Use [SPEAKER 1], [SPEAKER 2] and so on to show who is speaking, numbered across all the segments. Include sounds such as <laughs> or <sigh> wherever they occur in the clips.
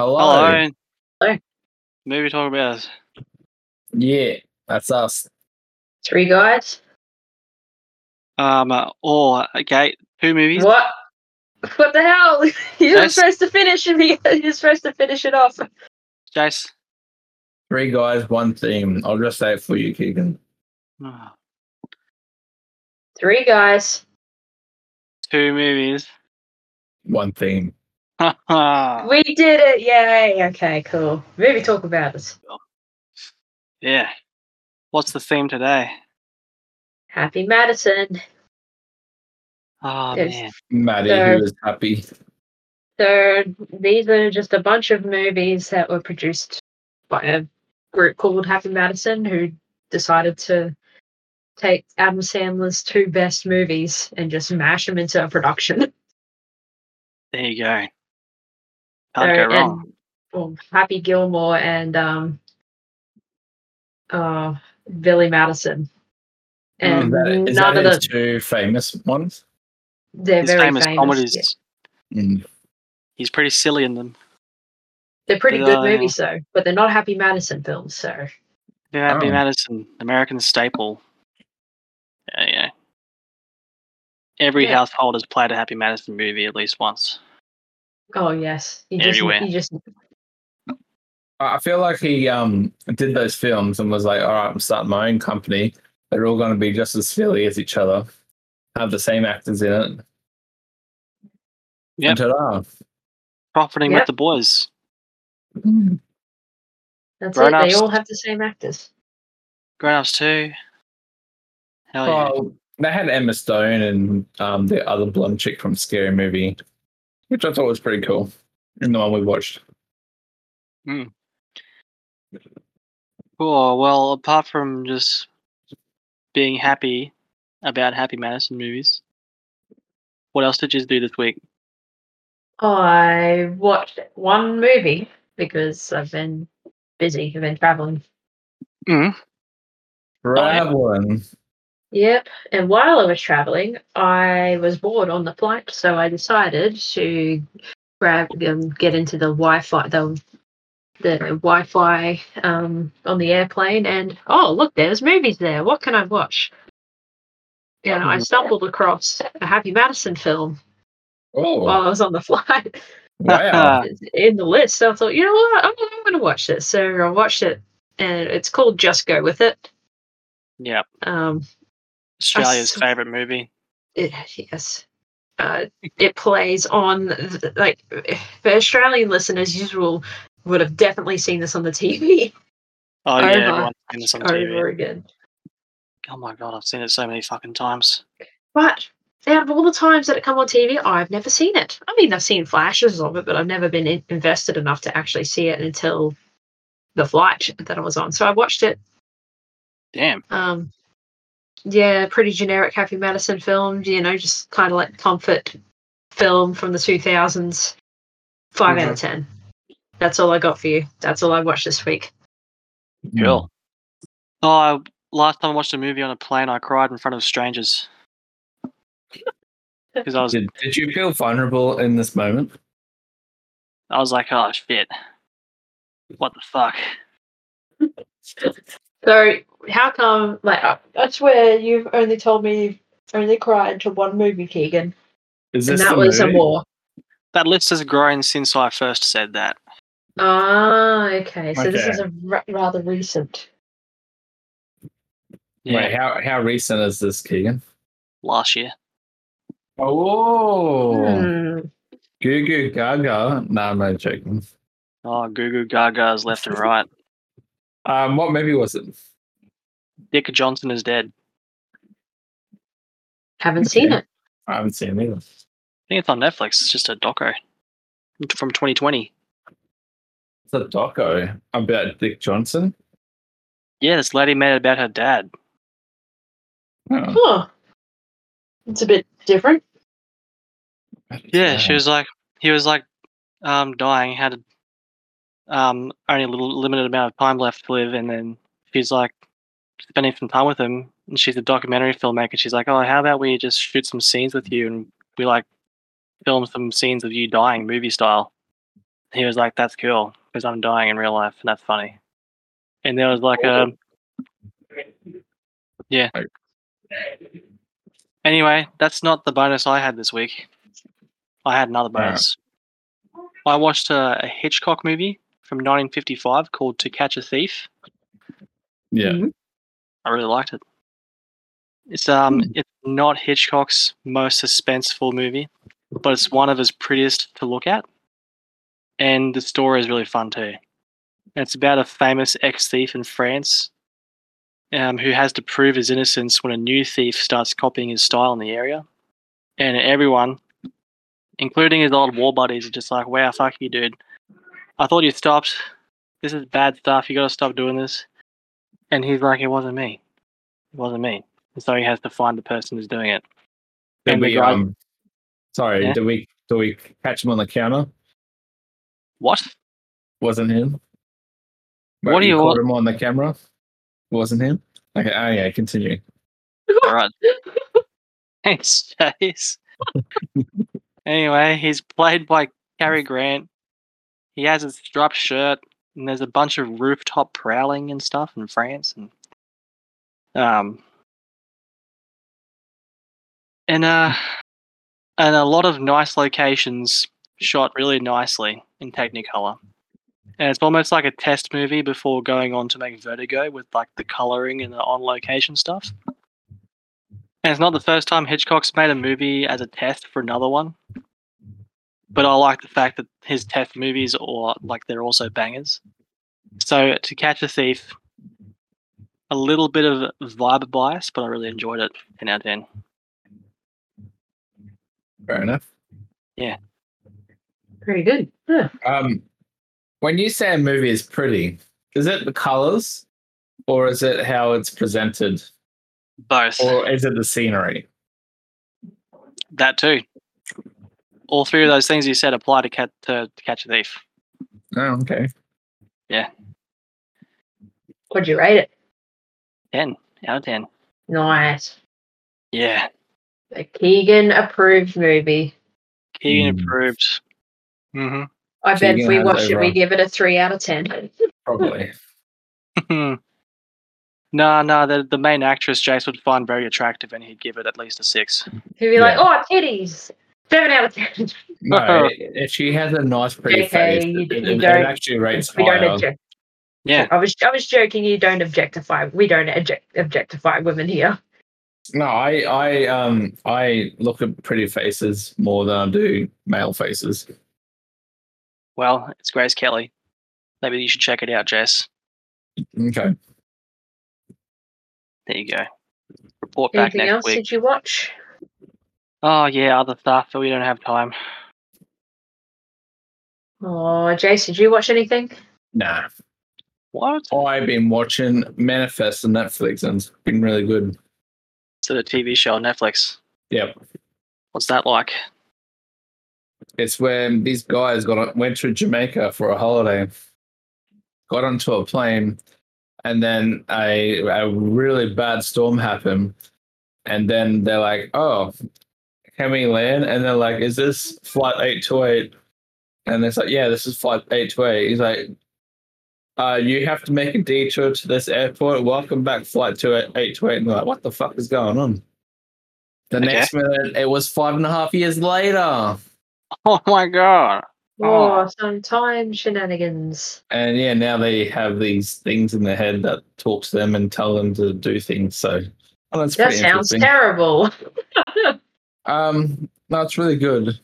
[SPEAKER 1] Hello.
[SPEAKER 2] Hello. Aaron.
[SPEAKER 3] Hello.
[SPEAKER 2] Movie Talk About Us.
[SPEAKER 1] Yeah, that's us.
[SPEAKER 3] Three guys.
[SPEAKER 2] Um, uh, or okay, two movies.
[SPEAKER 3] What? What the hell? <laughs> You were
[SPEAKER 2] That's-
[SPEAKER 3] supposed to finish me. <laughs> You're supposed to finish it off.
[SPEAKER 2] Jace. <sighs>
[SPEAKER 1] Three guys, one theme. I'll just say it for you, Keegan.
[SPEAKER 2] Ah,
[SPEAKER 3] Three guys.
[SPEAKER 2] Two movies. <laughs>
[SPEAKER 1] One theme.
[SPEAKER 2] yeah.
[SPEAKER 3] We did it. Yay. Okay, cool. Movie talk about it.
[SPEAKER 2] What's the theme today?
[SPEAKER 3] Happy Madison.
[SPEAKER 2] Oh
[SPEAKER 3] There's-
[SPEAKER 2] man.
[SPEAKER 1] Maddie,
[SPEAKER 3] Sure.
[SPEAKER 1] who is happy.
[SPEAKER 3] So these are just a bunch of movies that were produced by a group called Happy Madison who decided to take Adam Sandler's two best movies and just mash them into a production. <laughs>
[SPEAKER 2] There you go.
[SPEAKER 3] So,
[SPEAKER 2] Can't go
[SPEAKER 3] and-
[SPEAKER 2] wrong.
[SPEAKER 3] well, Happy Gilmore and um, uh, Billy Madison.
[SPEAKER 1] Is
[SPEAKER 3] And
[SPEAKER 1] Mm, that, is
[SPEAKER 3] none
[SPEAKER 1] that
[SPEAKER 3] of
[SPEAKER 1] his
[SPEAKER 3] the
[SPEAKER 1] two famous ones?
[SPEAKER 3] they're
[SPEAKER 2] His
[SPEAKER 3] very
[SPEAKER 2] famous,
[SPEAKER 3] famous.
[SPEAKER 2] comedies.
[SPEAKER 3] yeah.
[SPEAKER 1] Mm.
[SPEAKER 2] He's pretty silly in them.
[SPEAKER 3] They're pretty
[SPEAKER 2] They
[SPEAKER 3] good
[SPEAKER 2] are, yeah.
[SPEAKER 3] movies though, but they're not Happy Madison films. So
[SPEAKER 2] Yeah, Happy
[SPEAKER 1] Oh.
[SPEAKER 2] Madison, American staple. Yeah, yeah. Every
[SPEAKER 3] Yeah.
[SPEAKER 2] household has played a Happy Madison movie at least once.
[SPEAKER 3] oh yes, you
[SPEAKER 2] Everywhere.
[SPEAKER 3] just you just
[SPEAKER 1] I I feel like he um did those films and was like, all right, I'm starting my own company. They're all going to be just as silly as each other, have the same actors in it.
[SPEAKER 2] Yep.
[SPEAKER 1] And ta-da.
[SPEAKER 2] Profiting
[SPEAKER 3] Yeah.
[SPEAKER 2] with the boys.
[SPEAKER 3] that's it.
[SPEAKER 2] Grown-ups.
[SPEAKER 3] They all have the same actors.
[SPEAKER 2] Grown ups too.
[SPEAKER 3] Oh,
[SPEAKER 2] Hell yeah.
[SPEAKER 1] Well, they had Emma Stone and um, the other blonde chick from Scary Movie, which I thought was pretty cool. And the one we watched.
[SPEAKER 2] Cool. Well, apart from just being happy about Happy Madison movies, what else did you do this week?
[SPEAKER 3] I watched one movie because I've been busy. I've been traveling.
[SPEAKER 2] Mm. yeah.
[SPEAKER 1] Traveling.
[SPEAKER 3] Yep. And while I was traveling, I was bored on the flight, so I decided to grab um, get into the Wi-Fi the the Wi-Fi um, on the airplane, and oh look, there's movies there. What can I watch? And I
[SPEAKER 2] Mhm.
[SPEAKER 3] stumbled across a Happy Madison film
[SPEAKER 1] Oh,
[SPEAKER 3] while I was on the <laughs> flight <laughs>
[SPEAKER 1] wow.
[SPEAKER 2] <laughs>
[SPEAKER 3] it's in the list. So I thought, you know what, I'm, I'm going to watch this. So I watched it, and it's called Just Go with It.
[SPEAKER 2] yeah,
[SPEAKER 3] Um,
[SPEAKER 2] Australia's
[SPEAKER 3] <laughs> s-
[SPEAKER 2] favorite movie.
[SPEAKER 3] it yes uh, it plays on th- like for australian listeners usual would have definitely seen this on the tv
[SPEAKER 2] Oh yeah,
[SPEAKER 3] Over.
[SPEAKER 2] everyone's seen this on
[SPEAKER 3] over
[SPEAKER 2] TV.
[SPEAKER 3] again
[SPEAKER 2] Oh my god, I've seen it so many fucking times.
[SPEAKER 3] but out of all the times that it come on tv i've never seen it i mean i've seen flashes of it but i've never been in- invested enough to actually see it until the flight that i was on so i watched it
[SPEAKER 2] Damn.
[SPEAKER 3] um yeah pretty generic happy madison film you know just kind of like comfort film from the 2000s 5 out
[SPEAKER 1] Mm-hmm.
[SPEAKER 3] of ten that's all i got for you that's all i watched this week
[SPEAKER 2] Cool. Oh, I, last time I watched a movie on a plane, I cried in front of
[SPEAKER 3] <laughs>
[SPEAKER 2] strangers because I was,
[SPEAKER 1] Did, did you feel vulnerable in this moment?
[SPEAKER 2] I was like, oh shit, what the fuck?
[SPEAKER 3] so how come like I- that's where you've only told me you've only cried to one movie keegan
[SPEAKER 1] Is
[SPEAKER 3] and
[SPEAKER 1] this
[SPEAKER 3] that
[SPEAKER 1] the
[SPEAKER 3] was
[SPEAKER 1] movie?
[SPEAKER 3] a war
[SPEAKER 2] That list has grown since I first said that.
[SPEAKER 3] ah okay so this
[SPEAKER 1] Okay.
[SPEAKER 3] is a ra- rather recent
[SPEAKER 1] Wait, how, how recent is this, Keegan?
[SPEAKER 2] last year.
[SPEAKER 1] Oh,
[SPEAKER 3] Hmm.
[SPEAKER 1] Goo Goo Gaga. Nah, I'm not joking.
[SPEAKER 2] Oh, Goo Goo Gaga's left and right.
[SPEAKER 1] Um, what movie was it?
[SPEAKER 2] Dick Johnson is dead.
[SPEAKER 3] haven't seen
[SPEAKER 1] Okay.
[SPEAKER 3] it
[SPEAKER 1] I haven't seen it either.
[SPEAKER 2] I think it's on Netflix. It's just a doco from 2020.
[SPEAKER 1] It's a doco about Dick Johnson.
[SPEAKER 2] Yeah, this lady made it about her dad.
[SPEAKER 1] Oh,
[SPEAKER 3] huh it's a bit different
[SPEAKER 2] Yeah, she was like, he was like, um, dying, had um only a little limited amount of time left to live, and then she's like spending some time with him. And she's a documentary filmmaker. She's like, oh, how about we just shoot some scenes with you, and we like film some scenes of you dying, movie style. he was like, "That's cool," because I'm dying in real life, and that's funny. And there was like a yeah. Anyway, that's not the bonus I had this week. I had another
[SPEAKER 1] Alright.
[SPEAKER 2] bonus. I watched a, a Hitchcock movie from 1955 called To Catch a Thief.
[SPEAKER 1] Yeah.
[SPEAKER 2] I really liked it. It's um, it's not Hitchcock's most suspenseful movie, but it's one of his prettiest to look at, and the story is really fun too. And it's about a famous ex thief in France, um, who has to prove his innocence when a new thief starts copying his style in the area, and everyone, including his old war buddies, are just like, "Wow, fuck you, dude! I thought you stopped. This is bad stuff. You got to stop doing this." And he's like, it wasn't me. It wasn't me. And so he has to find the person who's doing it.
[SPEAKER 1] Did
[SPEAKER 2] And the
[SPEAKER 1] we,
[SPEAKER 2] guy-
[SPEAKER 1] um, sorry,
[SPEAKER 2] Yeah.
[SPEAKER 1] did we did we catch him on the counter?
[SPEAKER 2] What?
[SPEAKER 1] Wasn't him.
[SPEAKER 2] What
[SPEAKER 1] But
[SPEAKER 2] do you
[SPEAKER 1] caught
[SPEAKER 2] want-
[SPEAKER 1] him on the camera? Wasn't him? Okay. Oh yeah. Continue.
[SPEAKER 2] All right. <laughs> Thanks, Chase. <laughs> anyway, he's played by Cary Grant. He has a striped shirt, and there's a bunch of rooftop prowling and stuff in France, and um, and uh, and a lot of nice locations shot really nicely in Technicolor. And it's almost like a test movie before going on to make Vertigo with like the coloring and the on location stuff. And it's not the first time Hitchcock's made a movie as a test for another one. But I like the fact that his test movies are like they're also bangers. So to catch a thief, a little bit of vibe bias, but I really enjoyed it. Ten out of ten.
[SPEAKER 1] Fair enough.
[SPEAKER 3] Very good. Huh.
[SPEAKER 1] Um, when you say a movie is pretty, is it the colors, or is it how it's presented,
[SPEAKER 2] Both.
[SPEAKER 1] or is it the scenery?
[SPEAKER 2] that too. All three of those things you said apply to catch to, to catch a thief.
[SPEAKER 1] Oh, okay.
[SPEAKER 3] What'd you rate it?
[SPEAKER 2] Ten out of ten.
[SPEAKER 3] Nice.
[SPEAKER 2] Yeah.
[SPEAKER 3] A Keegan approved movie.
[SPEAKER 2] Keegan
[SPEAKER 1] Mm.
[SPEAKER 2] approved. hmm
[SPEAKER 3] I bet if
[SPEAKER 1] Keegan
[SPEAKER 3] we
[SPEAKER 1] has
[SPEAKER 3] watch it, we
[SPEAKER 1] overall-
[SPEAKER 3] give it a three out of ten. <laughs>
[SPEAKER 2] <laughs>
[SPEAKER 1] Probably.
[SPEAKER 2] no, no, Hmm. the, the main actress Jace would find very attractive and he'd give it at least a six.
[SPEAKER 3] He'd be like, "Oh, titties." Seven out of ten.
[SPEAKER 1] No, i- if she has a nice, pretty
[SPEAKER 3] Okay,
[SPEAKER 1] face,
[SPEAKER 3] you-
[SPEAKER 1] it,
[SPEAKER 3] you
[SPEAKER 1] it- it
[SPEAKER 3] don't-
[SPEAKER 1] actually rates
[SPEAKER 3] <laughs> we don't
[SPEAKER 1] higher.
[SPEAKER 3] object.
[SPEAKER 2] Yeah.
[SPEAKER 3] I was I was joking. You don't objectify. We don't object, objectify women here.
[SPEAKER 1] No, I, I, um, I look at pretty faces more than I do male faces.
[SPEAKER 2] Well, it's Grace Kelly. Maybe you should check it out, Jess.
[SPEAKER 1] Okay.
[SPEAKER 2] There you go. Report back
[SPEAKER 3] Anything
[SPEAKER 2] next
[SPEAKER 3] else
[SPEAKER 2] week.
[SPEAKER 3] did you watch?
[SPEAKER 2] Oh yeah, other stuff, but we don't have time.
[SPEAKER 3] Oh, Jace, did you watch anything?
[SPEAKER 1] Nah,
[SPEAKER 2] What?
[SPEAKER 1] I've been watching Manifest on Netflix and it's been really good.
[SPEAKER 2] So the TV show on Netflix.
[SPEAKER 1] Yep.
[SPEAKER 2] What's that like? <laughs>
[SPEAKER 1] It's where these guys got on- went to Jamaica for a holiday, got onto a plane, and then a a really bad storm happened. And then they're like, "Oh, can we land?" And they're like, "Is this flight eight two eight? And it's like, "Yeah, this is flight eight two eight. He's like, uh, "You have to make a detour to this airport. Welcome back, flight two eight two eight. And they're like, "What the fuck is going on?" The
[SPEAKER 2] Okay.
[SPEAKER 1] next minute, it was five and a half years later.
[SPEAKER 2] Oh my god.
[SPEAKER 3] Oh,
[SPEAKER 2] Oh.
[SPEAKER 3] some time shenanigans.
[SPEAKER 1] And yeah, now they have these things in their head that talk to them and tell them to do things. So oh, that's
[SPEAKER 3] That
[SPEAKER 1] pretty
[SPEAKER 3] sounds
[SPEAKER 1] interesting.
[SPEAKER 3] terrible.
[SPEAKER 1] um, no, it's really good.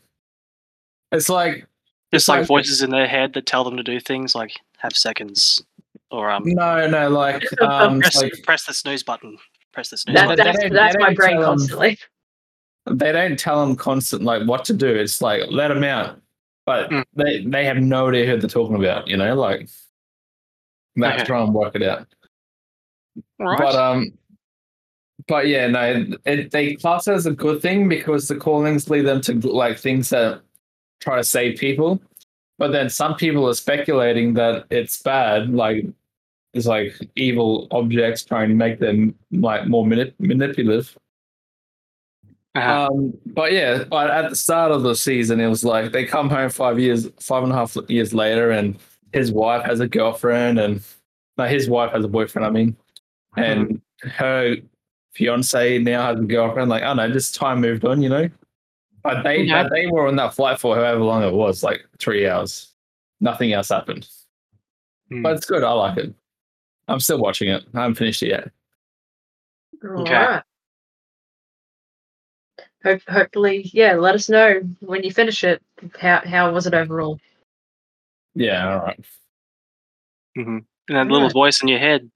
[SPEAKER 1] It's like
[SPEAKER 2] Just like
[SPEAKER 1] Besides-
[SPEAKER 2] voices in their head that tell them to do things like have seconds or um,
[SPEAKER 1] no, no,
[SPEAKER 3] <laughs>
[SPEAKER 1] like
[SPEAKER 3] Oh,
[SPEAKER 1] um, it's
[SPEAKER 2] press,
[SPEAKER 1] like
[SPEAKER 2] press the snooze button. Press the snooze
[SPEAKER 1] That-
[SPEAKER 3] That,
[SPEAKER 2] button.
[SPEAKER 1] they
[SPEAKER 3] that's
[SPEAKER 1] don't-
[SPEAKER 3] that's
[SPEAKER 1] they
[SPEAKER 3] my
[SPEAKER 1] don't
[SPEAKER 3] brain
[SPEAKER 1] tell 'em.
[SPEAKER 3] constantly.
[SPEAKER 1] they don't tell them constant like what to do. It's like let them out, but
[SPEAKER 3] Hmm.
[SPEAKER 2] Mm.
[SPEAKER 1] they they have no idea who they're talking about. You know, like they have to
[SPEAKER 2] Okay.
[SPEAKER 1] try and work it out.
[SPEAKER 2] Right.
[SPEAKER 1] But um, but yeah, no, it, they class it as a good thing because the callings lead them to like things that try to save people. But then some people are speculating that it's bad, like it's like evil objects trying to make them like more manip- manipulative.
[SPEAKER 2] Uh-huh.
[SPEAKER 1] Um, but yeah, but at the start of the season, it was like they come home five years, five and a half years later, and his wife has a girlfriend, and no, his wife has a boyfriend. I mean, and her fiance now has a girlfriend. Like I don't know, just time moved on, you know. But they
[SPEAKER 2] Yeah.
[SPEAKER 1] but they were on that flight for however long it was, like three hours. Nothing else happened.
[SPEAKER 2] Hmm.
[SPEAKER 1] But it's good. I like it. I'm still watching it. I haven't finished it yet.
[SPEAKER 2] Okay.
[SPEAKER 3] Alright. Hope, hopefully, yeah. Let us know when you finish it. How how was it overall?
[SPEAKER 1] Yeah. All right.
[SPEAKER 2] and that little voice in your head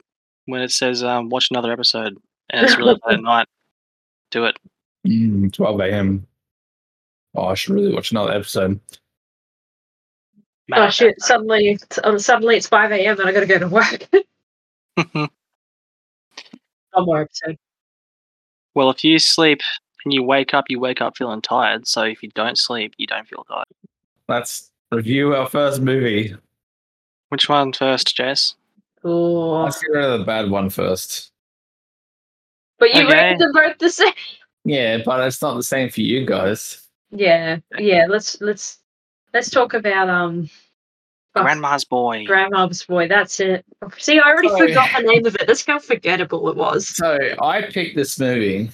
[SPEAKER 2] when it says um, watch another episode and it's
[SPEAKER 3] <laughs>
[SPEAKER 2] really late at night do it
[SPEAKER 3] Oh,
[SPEAKER 1] Mm, 12 a.m. Oh, I should really watch another episode.
[SPEAKER 3] Oh shit! Suddenly, it's- oh, suddenly it's five a.m. and I gotta go
[SPEAKER 2] <laughs>
[SPEAKER 3] to work. <laughs> One more episode.
[SPEAKER 2] well if you sleep and you wake up you wake up feeling tired so if you don't sleep you don't feel tired
[SPEAKER 1] Let's review our first movie.
[SPEAKER 2] which one first jace
[SPEAKER 3] Ooh.
[SPEAKER 1] Let's get rid of the bad one first.
[SPEAKER 3] But you
[SPEAKER 2] Okay.
[SPEAKER 3] rated them both the same.
[SPEAKER 1] Yeah, but it's not the same for you guys.
[SPEAKER 3] Yeah, yeah. Let's let's let's talk about um fuck,
[SPEAKER 2] grandma's boy
[SPEAKER 3] Grandma's boy. That's it. See, I
[SPEAKER 2] Oh,
[SPEAKER 3] already
[SPEAKER 1] Sorry.
[SPEAKER 3] forgot the name of it. That's how forgettable it was.
[SPEAKER 1] So I picked this movie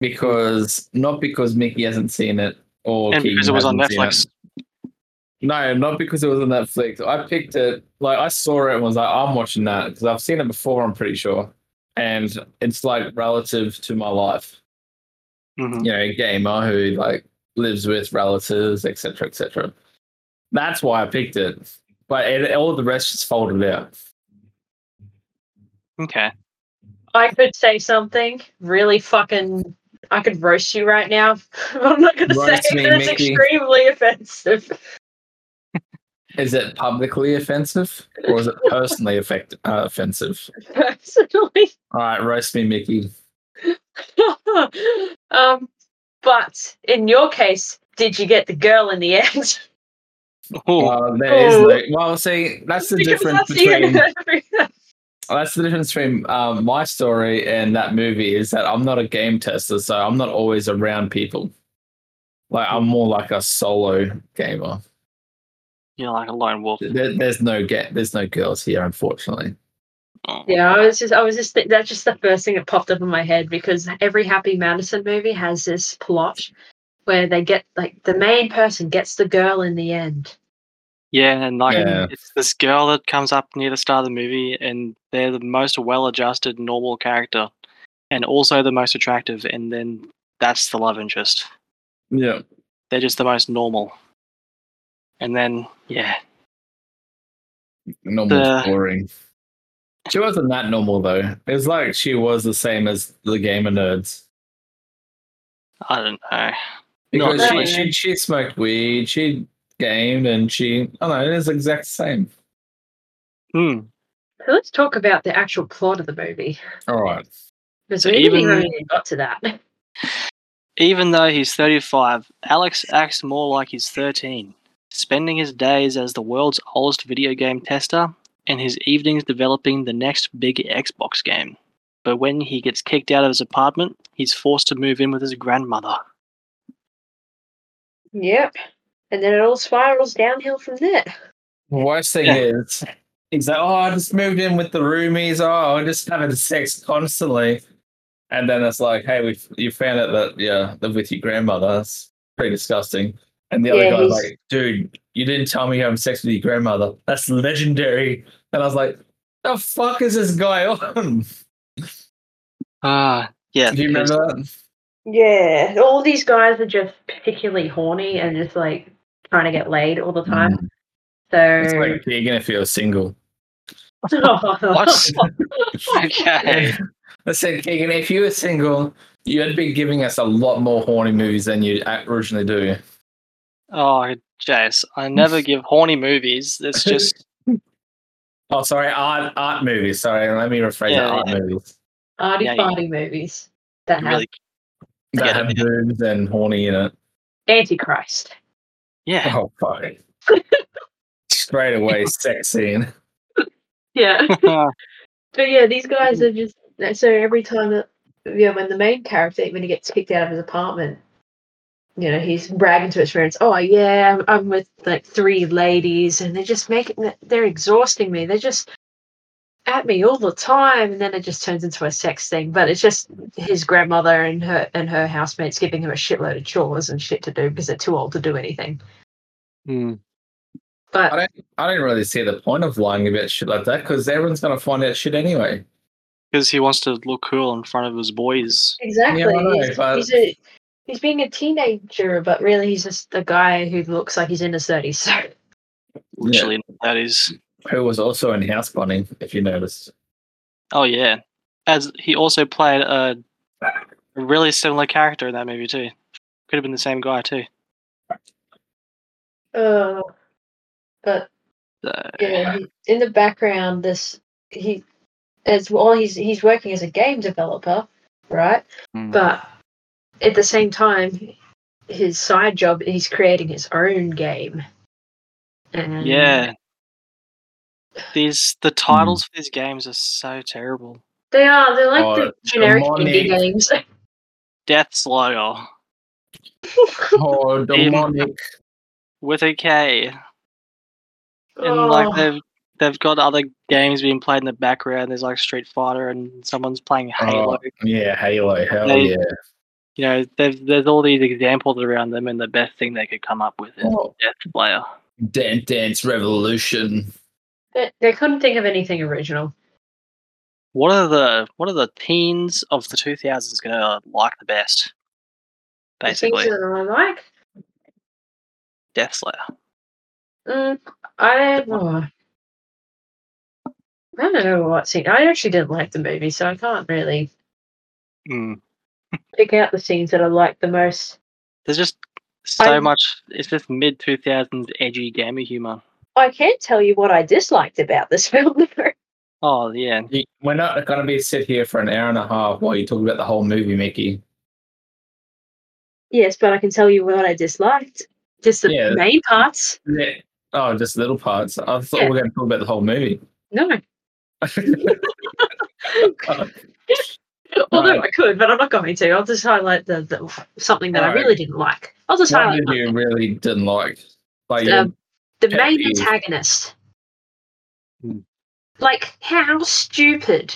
[SPEAKER 1] because not because Mickey hasn't seen it or
[SPEAKER 2] and because it
[SPEAKER 1] Keegan
[SPEAKER 2] was on
[SPEAKER 1] hasn't seen
[SPEAKER 2] netflix
[SPEAKER 1] it. No, not because it was on Netflix. I picked it, like I saw it and was like, I'm watching that because I've seen it before. I'm pretty sure, and it's like relative to my life.
[SPEAKER 2] Mhm.
[SPEAKER 1] you know, a gamer who like lives with relatives, etc., etc. That's why I picked it, but it, all the rest just folded out.
[SPEAKER 2] okay
[SPEAKER 3] I could say something really fucking. I could roast you right now. <laughs> but I'm not gonna
[SPEAKER 1] Roast
[SPEAKER 3] say
[SPEAKER 1] me,
[SPEAKER 3] it. That's
[SPEAKER 1] Mickey.
[SPEAKER 3] extremely offensive. <laughs>
[SPEAKER 1] Is it publicly offensive or is it personally affect, uh, offensive?
[SPEAKER 3] Personally, <laughs>
[SPEAKER 1] All right, roast me, Mickey.
[SPEAKER 3] um, but in your case, did you get the girl in the end?
[SPEAKER 2] Ooh,
[SPEAKER 1] Well, Uh, there is
[SPEAKER 3] Oh.
[SPEAKER 1] no, well, see, that's the
[SPEAKER 3] <laughs> Because
[SPEAKER 1] difference
[SPEAKER 3] that's the end of
[SPEAKER 1] between
[SPEAKER 3] <laughs> everything.
[SPEAKER 1] that's the difference between um, my story and that movie is that I'm not a game tester, so I'm not always around people. Like I'm more like a solo gamer.
[SPEAKER 2] you're like a lone wolf
[SPEAKER 1] There, there's no get. There's no girls here, unfortunately.
[SPEAKER 2] Oh.
[SPEAKER 3] Yeah, I was just, I was just, th- that's just the first thing that popped up in my head because every Happy Madison movie has this plot where they get like the main person gets the girl in the end.
[SPEAKER 2] Yeah, and like
[SPEAKER 1] Yeah.
[SPEAKER 2] it's this girl that comes up near the start of the movie, and they're the most well-adjusted, normal character, and also the most attractive. And then that's the love interest.
[SPEAKER 1] Yeah.
[SPEAKER 2] They're just the most normal. And then yeah,
[SPEAKER 1] Normal
[SPEAKER 2] The-
[SPEAKER 1] boring. She wasn't that normal though. It was like she was the same as the gamer nerds.
[SPEAKER 2] I don't know. No,
[SPEAKER 1] Because she,
[SPEAKER 3] really.
[SPEAKER 1] she she smoked weed, she gamed, and she I don't know. It is exact same.
[SPEAKER 2] Hmm.
[SPEAKER 3] So let's talk about the actual plot of the movie
[SPEAKER 1] All right.
[SPEAKER 3] because
[SPEAKER 2] So
[SPEAKER 3] we even
[SPEAKER 2] even- uh,
[SPEAKER 3] really got to that.
[SPEAKER 2] Even though he's 35, Alex acts more like he's 13, spending his days as the world's oldest video game tester and his evenings developing the next big Xbox game. But when he gets kicked out of his apartment, he's forced to move in with his grandmother.
[SPEAKER 3] Yep, and then it all spirals downhill from there.
[SPEAKER 1] The worst thing
[SPEAKER 2] Yeah.
[SPEAKER 1] is, he's like, oh, I just moved in with the roomies. Oh, I'm just having sex constantly. And then it's like, hey, we you found out that yeah, live with your grandmother. That's pretty disgusting. And the other
[SPEAKER 3] Yeah,
[SPEAKER 1] guy's
[SPEAKER 3] he's-
[SPEAKER 1] like, dude, you didn't tell me you're having sex with your grandmother. That's legendary. And I was like, the fuck is this guy on? <laughs>
[SPEAKER 2] Ah, yeah.
[SPEAKER 1] Do you
[SPEAKER 2] it's-
[SPEAKER 1] remember that?
[SPEAKER 3] Yeah, all these guys are just particularly horny and just like trying to get laid all the time.
[SPEAKER 2] Mm.
[SPEAKER 1] It's
[SPEAKER 3] So
[SPEAKER 1] like Keegan if you're
[SPEAKER 3] <laughs>
[SPEAKER 1] single.
[SPEAKER 2] <laughs> What?
[SPEAKER 1] <laughs>
[SPEAKER 2] okay.
[SPEAKER 1] Listen, Keegan, if you were single, you'd be giving us a lot more horny movies than you originally do.
[SPEAKER 2] Oh, Jace, I never give horny movies.
[SPEAKER 1] <laughs>
[SPEAKER 2] It's just
[SPEAKER 1] Oh, sorry, art art movies. Sorry, let me rephrase
[SPEAKER 2] Yeah,
[SPEAKER 1] it. Art
[SPEAKER 2] yeah.
[SPEAKER 1] movies
[SPEAKER 3] Arty
[SPEAKER 2] Yeah, yeah.
[SPEAKER 3] party movies that have
[SPEAKER 2] really.
[SPEAKER 1] that
[SPEAKER 2] Yeah,
[SPEAKER 1] have
[SPEAKER 2] yeah.
[SPEAKER 1] boobs and horny in it.
[SPEAKER 3] Antichrist.
[SPEAKER 2] Yeah.
[SPEAKER 1] Oh
[SPEAKER 2] <laughs>
[SPEAKER 1] fuck! Straight away, sex scene.
[SPEAKER 3] Yeah.
[SPEAKER 2] <laughs> Ah,
[SPEAKER 3] But yeah, these guys are just so every time that yeah, when the main character when he gets kicked out of his apartment, you know, he's bragging to his friends, "Oh yeah, I'm, I'm with like three ladies, and they're just making they're exhausting me. They're just at me all the time." And then it just turns into a sex thing. But it's just his grandmother and her and her housemates giving him a shitload of chores and shit to do because they're too old to do anything.
[SPEAKER 2] Mm.
[SPEAKER 1] I
[SPEAKER 3] But
[SPEAKER 1] don't, I don't really see the point of lying about shit like that because everyone's going to find out shit anyway.
[SPEAKER 2] Because he wants to look cool in front of his boys.
[SPEAKER 3] exactly,
[SPEAKER 1] Yeah, I know,
[SPEAKER 3] he's,
[SPEAKER 1] but-
[SPEAKER 3] he's a he's being a teenager, but really he's just a guy who looks like he's in his thirties. <laughs> So
[SPEAKER 2] Literally, that is.
[SPEAKER 1] Who was also in house bunny, if you
[SPEAKER 2] <laughs>
[SPEAKER 1] noticed.
[SPEAKER 2] Oh yeah, as he also played a, a really similar character in that movie too. Could have been the same guy too.
[SPEAKER 3] Uh, but
[SPEAKER 2] So,
[SPEAKER 3] yeah, he- in the background, this he as well. He's he's working as a game developer, right?
[SPEAKER 1] Hmm.
[SPEAKER 2] Mm.
[SPEAKER 3] But at the same time, his side job he's creating his own game. And
[SPEAKER 2] yeah, these the titles for these games are so terrible.
[SPEAKER 3] they are. They're like
[SPEAKER 1] Oh,
[SPEAKER 3] the generic indie
[SPEAKER 1] demonic.
[SPEAKER 3] games. <laughs>
[SPEAKER 2] Death Slayer
[SPEAKER 1] Oh, demonic.
[SPEAKER 2] with a K, and
[SPEAKER 3] Oh,
[SPEAKER 2] like they've they've got other games being played in the background. There's like Street Fighter, and someone's playing Halo.
[SPEAKER 1] Yeah, Halo. Hell
[SPEAKER 2] They-
[SPEAKER 1] yeah.
[SPEAKER 2] <laughs> You know, there's there's all these examples around them, and the best thing they could come up with is
[SPEAKER 1] Oh,
[SPEAKER 2] Death Slayer.
[SPEAKER 1] Dance Dance Revolution.
[SPEAKER 3] they, they couldn't think of anything original.
[SPEAKER 2] What are the what are the teens of the two thousands gonna like the best?
[SPEAKER 3] The
[SPEAKER 2] Basically,
[SPEAKER 3] things that I like.
[SPEAKER 2] Death Slayer.
[SPEAKER 3] Mm, I oh. I don't know what scene. I actually didn't like the movie, so I can't really
[SPEAKER 2] Mm.
[SPEAKER 3] pick out the scenes that I liked the most.
[SPEAKER 2] There's just so
[SPEAKER 3] I-
[SPEAKER 2] much. It's just mid two thousands edgy gamer humor.
[SPEAKER 3] I can tell you what I disliked about this <laughs> film. though.
[SPEAKER 2] Oh yeah,
[SPEAKER 1] You- We're not going to be sit here for an hour and a half while you talk about the whole movie, Mickey.
[SPEAKER 3] yes, but I can tell you what I disliked. Just the
[SPEAKER 1] Yeah.
[SPEAKER 3] main parts.
[SPEAKER 1] Yeah. Oh, just little parts. I thought we were going to talk about the whole movie.
[SPEAKER 3] No.
[SPEAKER 1] <laughs> Right. Uh,
[SPEAKER 3] <laughs> Although I could, but I'm not going to. I'll just highlight the, the something that
[SPEAKER 1] Right.
[SPEAKER 3] I really didn't like. I'll just
[SPEAKER 1] what
[SPEAKER 3] highlight
[SPEAKER 1] did you really didn't like? Like, you-
[SPEAKER 3] Um, the
[SPEAKER 1] pet
[SPEAKER 3] main
[SPEAKER 1] peeve?
[SPEAKER 3] antagonist.
[SPEAKER 2] Hmm.
[SPEAKER 3] Like, how stupid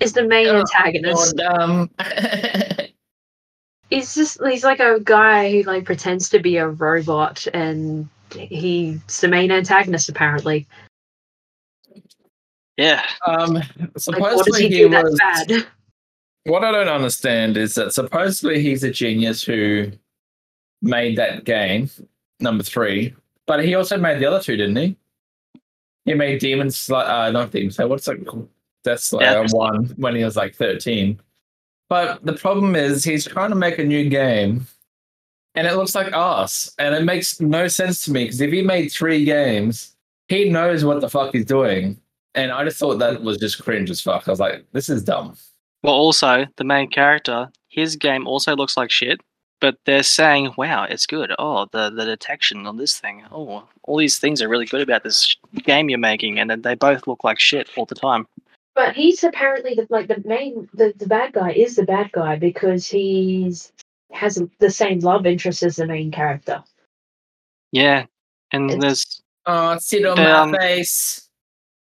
[SPEAKER 3] is the main
[SPEAKER 1] Yeah.
[SPEAKER 3] antagonist?
[SPEAKER 1] you're dumb.
[SPEAKER 3] He's just he's like a guy who like pretends to be a robot and he's the main antagonist apparently.
[SPEAKER 2] yeah.
[SPEAKER 1] um,
[SPEAKER 3] Like, what does
[SPEAKER 1] supposedly
[SPEAKER 3] he
[SPEAKER 1] he,
[SPEAKER 3] do
[SPEAKER 1] was.
[SPEAKER 3] that's bad? <laughs>
[SPEAKER 1] What I don't understand is that supposedly he's a genius who made that game, number three, but he also made the other two, didn't he? He made Demon Slayer, uh, not Demon Slayer, what's that called? Death Slayer
[SPEAKER 2] Death Slayer.
[SPEAKER 1] 1 when he was like 13. But the problem is he's trying to make a new game and it looks like us. And it makes no sense to me because if he made three games, he knows what the fuck he's doing. And I just thought that was just cringe as fuck. I was like, this is dumb.
[SPEAKER 2] Well, also the main character, his game also looks like shit. But they're saying, "Wow, it's good." Oh, the the detection on this thing. Oh, all these things are really good about this game you're making, and then they both look like shit all the time.
[SPEAKER 3] But he's apparently the like the main the, the bad guy is the bad guy because he's has the same love interest as the main character.
[SPEAKER 2] Yeah, and
[SPEAKER 3] It's-
[SPEAKER 2] there's
[SPEAKER 1] Oh, sit on
[SPEAKER 2] Um,
[SPEAKER 1] my face.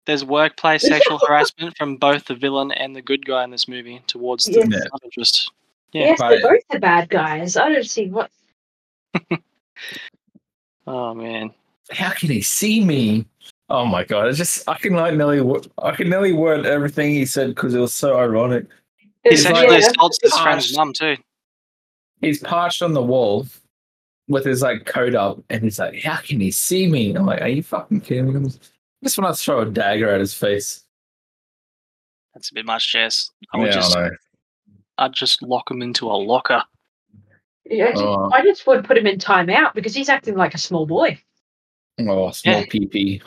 [SPEAKER 2] there's workplace
[SPEAKER 1] <laughs>
[SPEAKER 2] sexual harassment from both the villain and the good guy in this movie towards the
[SPEAKER 3] Yes.
[SPEAKER 1] Yeah.
[SPEAKER 2] love interest. Yeah,
[SPEAKER 3] yes,
[SPEAKER 1] but-
[SPEAKER 3] they're both the bad guys. I don't see what
[SPEAKER 2] Oh man,
[SPEAKER 1] How can he see me? Oh my god! It's just I can like nearly wo- I can nearly word everything he said because it was so ironic.
[SPEAKER 2] he
[SPEAKER 1] It's
[SPEAKER 2] sexually
[SPEAKER 1] like-
[SPEAKER 2] assaults his friend's
[SPEAKER 1] Gosh.
[SPEAKER 2] mum too.
[SPEAKER 1] He's parched on the wall with his like coat up, and he's like, "How can he see me?" I'm like, "Are you fucking kidding me?" I just want to throw a dagger at his face.
[SPEAKER 2] That's a bit much, Jess. I would
[SPEAKER 1] Yeah, I
[SPEAKER 2] just,
[SPEAKER 1] know.
[SPEAKER 2] I'd just lock him into a locker.
[SPEAKER 3] Yeah, I ju-
[SPEAKER 1] Oh.
[SPEAKER 3] I just would put him in timeout because he's acting like a small boy.
[SPEAKER 1] Oh, small
[SPEAKER 2] Yeah.
[SPEAKER 1] PP.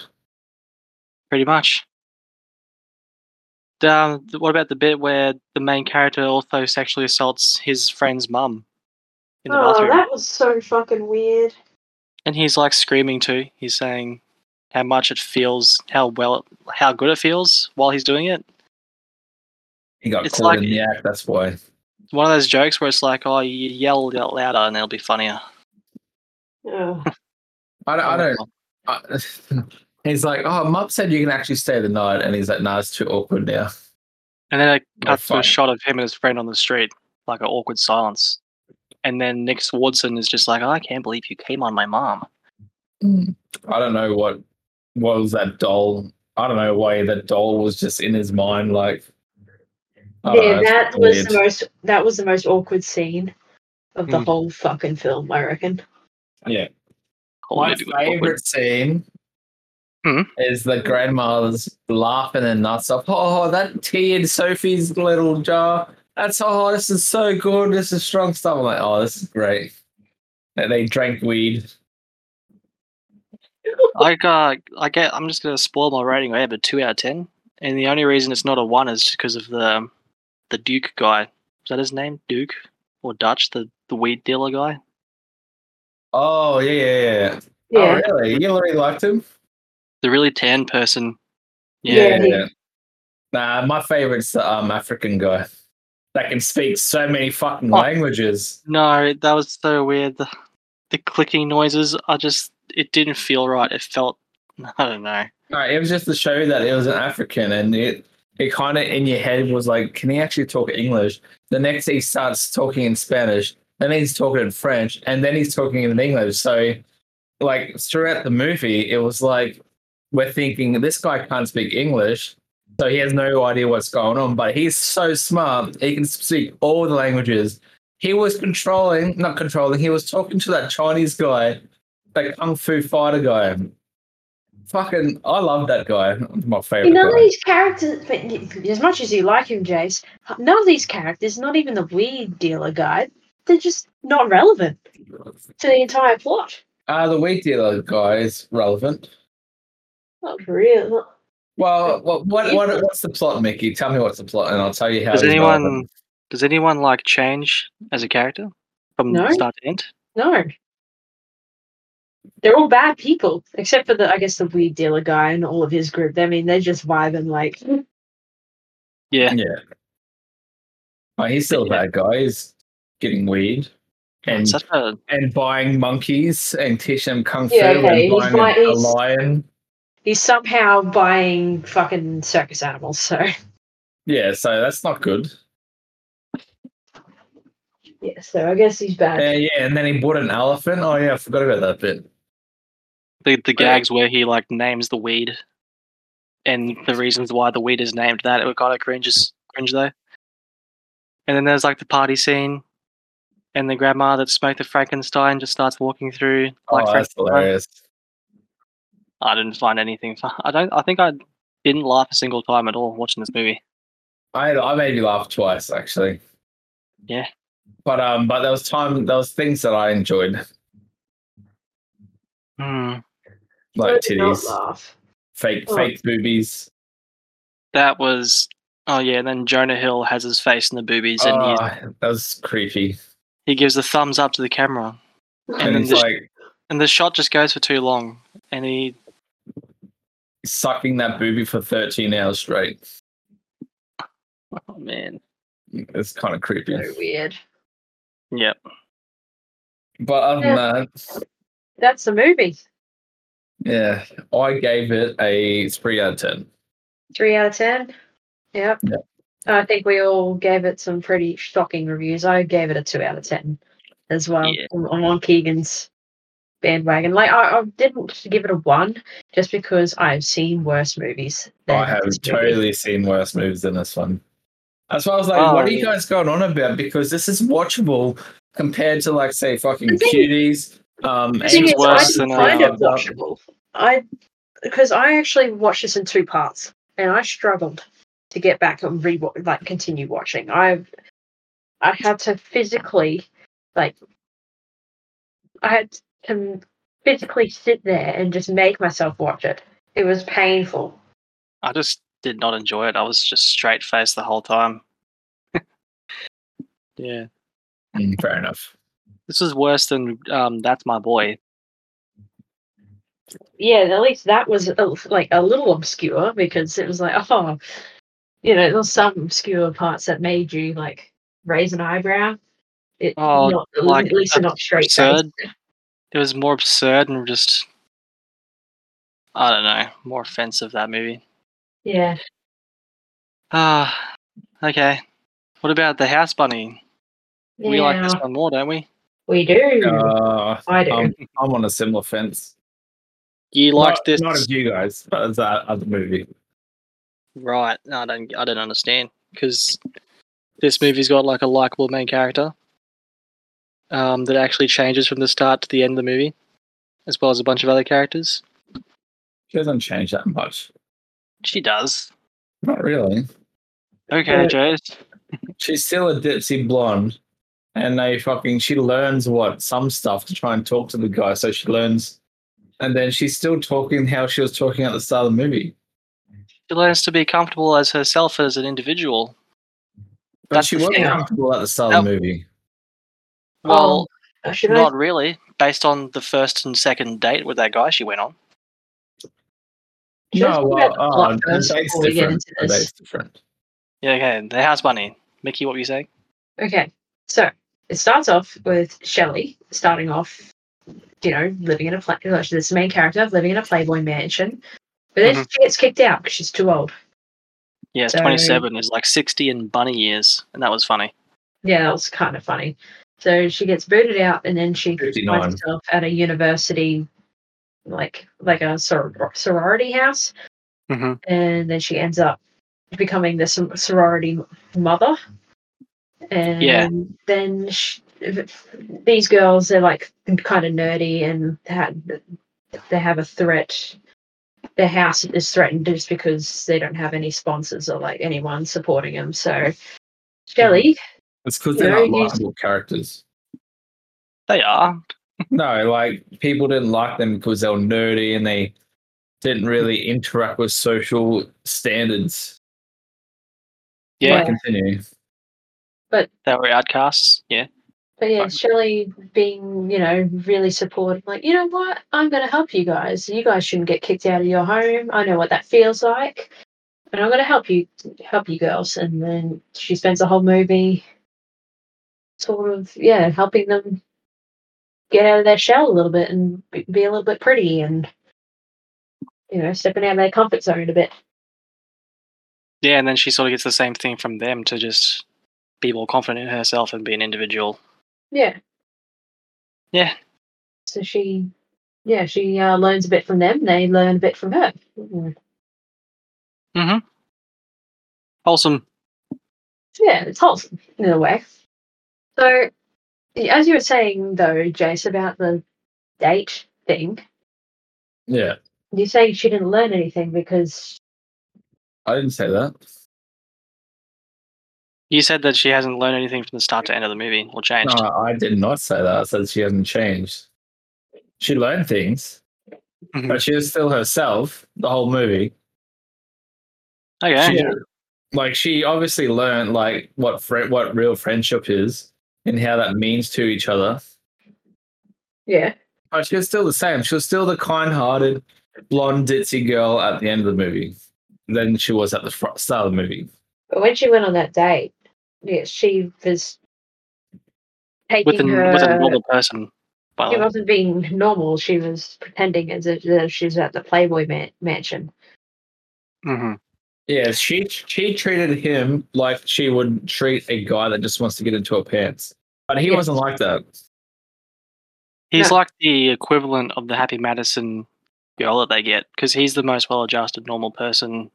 [SPEAKER 2] pretty much. Um, th- what about the bit where the main character also sexually assaults his friend's mum in
[SPEAKER 3] Oh,
[SPEAKER 2] the bathroom?
[SPEAKER 3] was so fucking weird.
[SPEAKER 2] And he's like screaming too. He's saying how much it feels, how well, it, how good it feels while he's doing it.
[SPEAKER 1] He got
[SPEAKER 2] It's
[SPEAKER 1] caught
[SPEAKER 2] like-
[SPEAKER 1] in the act. That's why.
[SPEAKER 2] One of those jokes where it's like, oh, you yell out louder and it'll be funnier.
[SPEAKER 3] Oh,
[SPEAKER 1] I don't. I don't I, <laughs> he's like, oh, Mum said you can actually stay the night, and he's like, nah, it's too awkward now.
[SPEAKER 2] And then it
[SPEAKER 1] No
[SPEAKER 2] cuts to a
[SPEAKER 1] fun.
[SPEAKER 2] shot of him and his friend on the street, like an awkward silence. And then Nick Swardson is just like, "Oh, I can't believe you came on my mom.
[SPEAKER 1] Mm. I don't know what what was that doll. I don't know why that doll was just in his mind. Like, I don't
[SPEAKER 3] yeah,
[SPEAKER 1] know, it's
[SPEAKER 3] that was
[SPEAKER 1] Oh, weird. Hmm.
[SPEAKER 3] the most. That was the most awkward scene of the
[SPEAKER 2] Mm.
[SPEAKER 3] whole fucking film. I reckon.
[SPEAKER 1] yeah.
[SPEAKER 2] Oh,
[SPEAKER 1] My
[SPEAKER 2] maybe it was awkward.
[SPEAKER 1] favorite scene
[SPEAKER 2] Hmm?
[SPEAKER 1] is the grandmother's laughing and nuts up. Oh, that tea in Sophie's little jar. That's oh, this is so good. This is strong stuff. I'm like, oh, this is great. And they drank weed.
[SPEAKER 2] I got, I get, I'm just gonna spoil my rating. I have a two out of ten, and the only reason it's not a one is because of the, um, the Duke guy. Is that his name, Duke or Dutch, the the weed dealer guy?
[SPEAKER 1] Oh yeah, yeah, yeah.
[SPEAKER 3] Yeah,
[SPEAKER 1] Oh really? You really liked him?
[SPEAKER 2] The really tan person.
[SPEAKER 3] Yeah.
[SPEAKER 1] Nah, my favorite's the um, African guy that can speak so many fucking
[SPEAKER 2] Oh.
[SPEAKER 1] languages.
[SPEAKER 2] No, that was so weird. The, the clicking noises. I just, it didn't feel right. It felt, <laughs> I don't know.
[SPEAKER 1] Right, it was just to show that it was an African, and it it kind of in your head was like, can he actually talk English? The next he starts talking in Spanish, then he's talking in French, and then he's talking in English. So, like throughout the movie, it was like we're thinking this guy can't speak English, so he has no idea what's going on. But he's so smart; he can speak all the languages. He was controlling, not controlling. He was talking to that Chinese guy, that kung fu fighter guy. Fucking, I love that guy. My favorite.
[SPEAKER 3] See, none of
[SPEAKER 1] guy.
[SPEAKER 3] these characters. but y- As much as you like him, Jace, none of these characters, not even the weed dealer guy, they're just not relevant to the entire plot.
[SPEAKER 1] Uh, the weed dealer guy is relevant.
[SPEAKER 3] Not real.
[SPEAKER 1] Well, what, what, what what's the plot, Mickey? Tell me what's the plot, and I'll tell you how.
[SPEAKER 2] Does
[SPEAKER 1] he's
[SPEAKER 2] anyone,
[SPEAKER 1] relevant.
[SPEAKER 2] does anyone like change as a character from
[SPEAKER 3] No.
[SPEAKER 2] start to end?
[SPEAKER 3] No. They're all bad people, except for the, I guess, the weed dealer guy and all of his group. I mean, they're just vibing like,
[SPEAKER 2] Yeah.
[SPEAKER 1] Oh, he's still a bad guy. He's getting weed and
[SPEAKER 2] Such a
[SPEAKER 1] and buying monkeys and teaching them kung fu
[SPEAKER 3] Yeah, okay, he's
[SPEAKER 1] and buying a, a
[SPEAKER 3] buying-
[SPEAKER 1] lion.
[SPEAKER 3] he's somehow buying fucking circus animals. So,
[SPEAKER 1] Yeah, so that's not good.
[SPEAKER 3] yeah, so I guess he's
[SPEAKER 1] Uh,
[SPEAKER 3] bad.
[SPEAKER 1] yeah, and then he bought an elephant. Oh yeah, I forgot about that bit.
[SPEAKER 2] the the gags where he like names the weed and the reasons why the weed is named that it kind of cringes cringe though. And then there's like the party scene and the grandma that smoked the Frankenstein just starts walking through like
[SPEAKER 1] oh, that's
[SPEAKER 2] Frankenstein.
[SPEAKER 1] hilarious.
[SPEAKER 2] I didn't find anything fu- I don't I think I didn't laugh a single time at all watching this movie.
[SPEAKER 1] I I made you laugh twice actually.
[SPEAKER 2] Yeah.
[SPEAKER 1] But um, but there was time. There was things that I enjoyed,
[SPEAKER 2] Hmm.
[SPEAKER 1] like
[SPEAKER 3] I did not
[SPEAKER 1] titties,
[SPEAKER 3] laugh.
[SPEAKER 1] fake
[SPEAKER 3] Oh.
[SPEAKER 1] fake boobies.
[SPEAKER 2] That was oh yeah, and then Jonah Hill has his face in the boobies and he,
[SPEAKER 1] Ah, that was creepy.
[SPEAKER 2] he gives the thumbs up to the camera.
[SPEAKER 1] And,
[SPEAKER 2] And then
[SPEAKER 1] it's
[SPEAKER 2] the,
[SPEAKER 1] like
[SPEAKER 2] and the shot just goes for too long and he
[SPEAKER 1] sucking that boobie for thirteen hours straight.
[SPEAKER 2] oh man.
[SPEAKER 1] It's kind of creepy.
[SPEAKER 3] So weird.
[SPEAKER 2] Yep.
[SPEAKER 1] But other than that,
[SPEAKER 3] That's the movie.
[SPEAKER 1] yeah, I gave it a three out of ten.
[SPEAKER 3] Three out of ten. Yep.
[SPEAKER 1] Yeah.
[SPEAKER 3] I think we all gave it some pretty shocking reviews. I gave it a two out of ten as well.
[SPEAKER 2] Yeah.
[SPEAKER 3] I'm I'm on Keegan's bandwagon. Like I, I didn't give it a one just because I've seen worse movies.
[SPEAKER 1] I
[SPEAKER 3] than
[SPEAKER 1] have
[SPEAKER 3] this movie.
[SPEAKER 1] totally seen worse movies than this one. That's why I was like,
[SPEAKER 2] Oh,
[SPEAKER 1] what are you
[SPEAKER 2] yeah.
[SPEAKER 1] guys going on about? Because this is watchable compared to like say fucking
[SPEAKER 3] The thing-
[SPEAKER 1] cuties. Um
[SPEAKER 3] The thing
[SPEAKER 2] It's
[SPEAKER 3] is,
[SPEAKER 1] Angels
[SPEAKER 3] I
[SPEAKER 2] worse
[SPEAKER 1] Eyes
[SPEAKER 3] didn't
[SPEAKER 2] than,
[SPEAKER 3] find
[SPEAKER 2] uh,
[SPEAKER 3] it watchable. I because I actually watched this in two parts, and I struggled to get back and re like continue watching. I I had to physically like I had to physically sit there and just make myself watch it. It was painful.
[SPEAKER 2] I just did not enjoy it. I was just straight faced the
[SPEAKER 1] <laughs>
[SPEAKER 2] whole time. yeah,
[SPEAKER 1] Mm, Fair enough.
[SPEAKER 2] this is worse than um, "That's My Boy."
[SPEAKER 3] Yeah, and at least that was a, like a little obscure because it was like <laughs> oh, you know, there's some obscure parts that made you like raise an eyebrow. It,
[SPEAKER 2] Oh,
[SPEAKER 3] not,
[SPEAKER 2] like,
[SPEAKER 3] at least not straight.
[SPEAKER 2] Absurd. it was more absurd and just I don't know, more offensive that movie.
[SPEAKER 3] Yeah.
[SPEAKER 2] Ah, okay. What about the house bunny? We like this one more, don't we?
[SPEAKER 3] we do.
[SPEAKER 1] Uh,
[SPEAKER 3] I do.
[SPEAKER 2] Um,
[SPEAKER 1] I'm, I'm on a similar fence.
[SPEAKER 2] You liked
[SPEAKER 1] not,
[SPEAKER 2] this,
[SPEAKER 1] Not as you guys, but as that other movie.
[SPEAKER 2] right? No, I don't. I don't understand because this movie's got like a likable main character um, that actually changes from the start to the end of the movie, as well as a bunch of other characters.
[SPEAKER 1] She doesn't change that much.
[SPEAKER 2] She does.
[SPEAKER 1] Not really.
[SPEAKER 2] Okay,
[SPEAKER 3] Yeah.
[SPEAKER 2] Joe.
[SPEAKER 1] She's still a ditzy blonde, and they fucking she learns what some stuff to try and talk to the guy. So she learns, and then she's still talking how she was talking at the start of the movie.
[SPEAKER 2] She learns to be comfortable as herself as an individual.
[SPEAKER 1] But
[SPEAKER 2] That's
[SPEAKER 1] she
[SPEAKER 2] the
[SPEAKER 1] wasn't
[SPEAKER 3] thing.
[SPEAKER 1] comfortable at the start of the movie.
[SPEAKER 2] Well,
[SPEAKER 3] Oh, should
[SPEAKER 2] not really. Based on the first and second date with that guy she went on.
[SPEAKER 3] I, should I
[SPEAKER 1] No,
[SPEAKER 3] talk
[SPEAKER 1] well,
[SPEAKER 3] about the
[SPEAKER 1] oh,
[SPEAKER 3] plot
[SPEAKER 1] the
[SPEAKER 3] first
[SPEAKER 1] date's
[SPEAKER 3] before we get
[SPEAKER 1] different.
[SPEAKER 3] into
[SPEAKER 1] The
[SPEAKER 3] this?
[SPEAKER 1] date's different.
[SPEAKER 2] Yeah, okay. The house bunny. Mickey, what were you saying?
[SPEAKER 3] Okay, so it starts off with Shelley starting off, you know, living in a pla- well, she's the main character living in a Playboy mansion, but then
[SPEAKER 2] Mhm.
[SPEAKER 3] she gets kicked out because she's too old.
[SPEAKER 2] Yes,
[SPEAKER 3] So-
[SPEAKER 2] 27 is like 60 in bunny years, and that was funny.
[SPEAKER 3] Yeah, that was kind of funny. So she gets booted out, and then she finds
[SPEAKER 1] 59.
[SPEAKER 3] herself at a university, like like a soror- sorority house,
[SPEAKER 2] Mm-hmm.
[SPEAKER 3] and then she ends up becoming the sor- sorority mother. And then sh these girls, they're like kind of nerdy and had, they have a threat. Their house is threatened just because they don't have any sponsors or like anyone supporting them. So Shelley,
[SPEAKER 1] It's because they're
[SPEAKER 3] Very
[SPEAKER 1] not likable characters.
[SPEAKER 2] They are.
[SPEAKER 1] <laughs> No, like people didn't like them because they were nerdy and they didn't really interact with social standards.
[SPEAKER 2] Yeah,
[SPEAKER 1] But continue.
[SPEAKER 2] they were outcasts. Yeah.
[SPEAKER 3] but yeah,
[SPEAKER 2] Right.
[SPEAKER 3] Shelley being, you know, really supportive, like, you know what? I'm going to help you guys. You guys shouldn't get kicked out of your home. I know what that feels like. And I'm going to help you, help you girls. And then she spends the whole movie sort of, yeah, helping them get out of their shell a little bit and be be a little bit pretty and, you know, stepping out of their comfort zone a bit.
[SPEAKER 2] Yeah, and then she sort of gets the same thing from them to just be more confident in herself and be an individual.
[SPEAKER 3] Yeah.
[SPEAKER 2] Yeah.
[SPEAKER 3] So she, yeah, she uh, learns a bit from them. They learn a bit from her. Mm.
[SPEAKER 2] Wholesome.
[SPEAKER 3] yeah, it's wholesome in a way. So, as you were saying though, Jace, about the date thing,
[SPEAKER 1] Yeah,
[SPEAKER 3] you're saying she didn't learn anything because
[SPEAKER 1] I didn't say that.
[SPEAKER 2] You said that she hasn't learned anything from the start to end of the movie or changed.
[SPEAKER 1] No, I did not say that. I said she hasn't changed. She learned things,
[SPEAKER 2] Mhm.
[SPEAKER 1] but she was still herself the whole movie.
[SPEAKER 2] Okay.
[SPEAKER 1] She- like she obviously learned like what fri what real friendship is and how that means to each other.
[SPEAKER 3] yeah,
[SPEAKER 1] But she was still the same. She was still the kind-hearted, blonde, ditzy girl at the end of the movie than she was at the fr- start of the movie.
[SPEAKER 3] but when she went on that date, yeah, she was taking
[SPEAKER 2] With, an,
[SPEAKER 3] her.
[SPEAKER 2] with a normal person. By
[SPEAKER 3] she
[SPEAKER 2] the way.
[SPEAKER 3] wasn't being normal. She was pretending as if that she was at the Playboy man- mansion.
[SPEAKER 2] hmm
[SPEAKER 1] Yeah, she she treated him like she would treat a guy that just wants to get into her pants, but he
[SPEAKER 3] Yeah.
[SPEAKER 1] wasn't like that.
[SPEAKER 2] He's
[SPEAKER 3] No.
[SPEAKER 2] like the equivalent of the Happy Madison girl that they get because he's the most well adjusted normal person.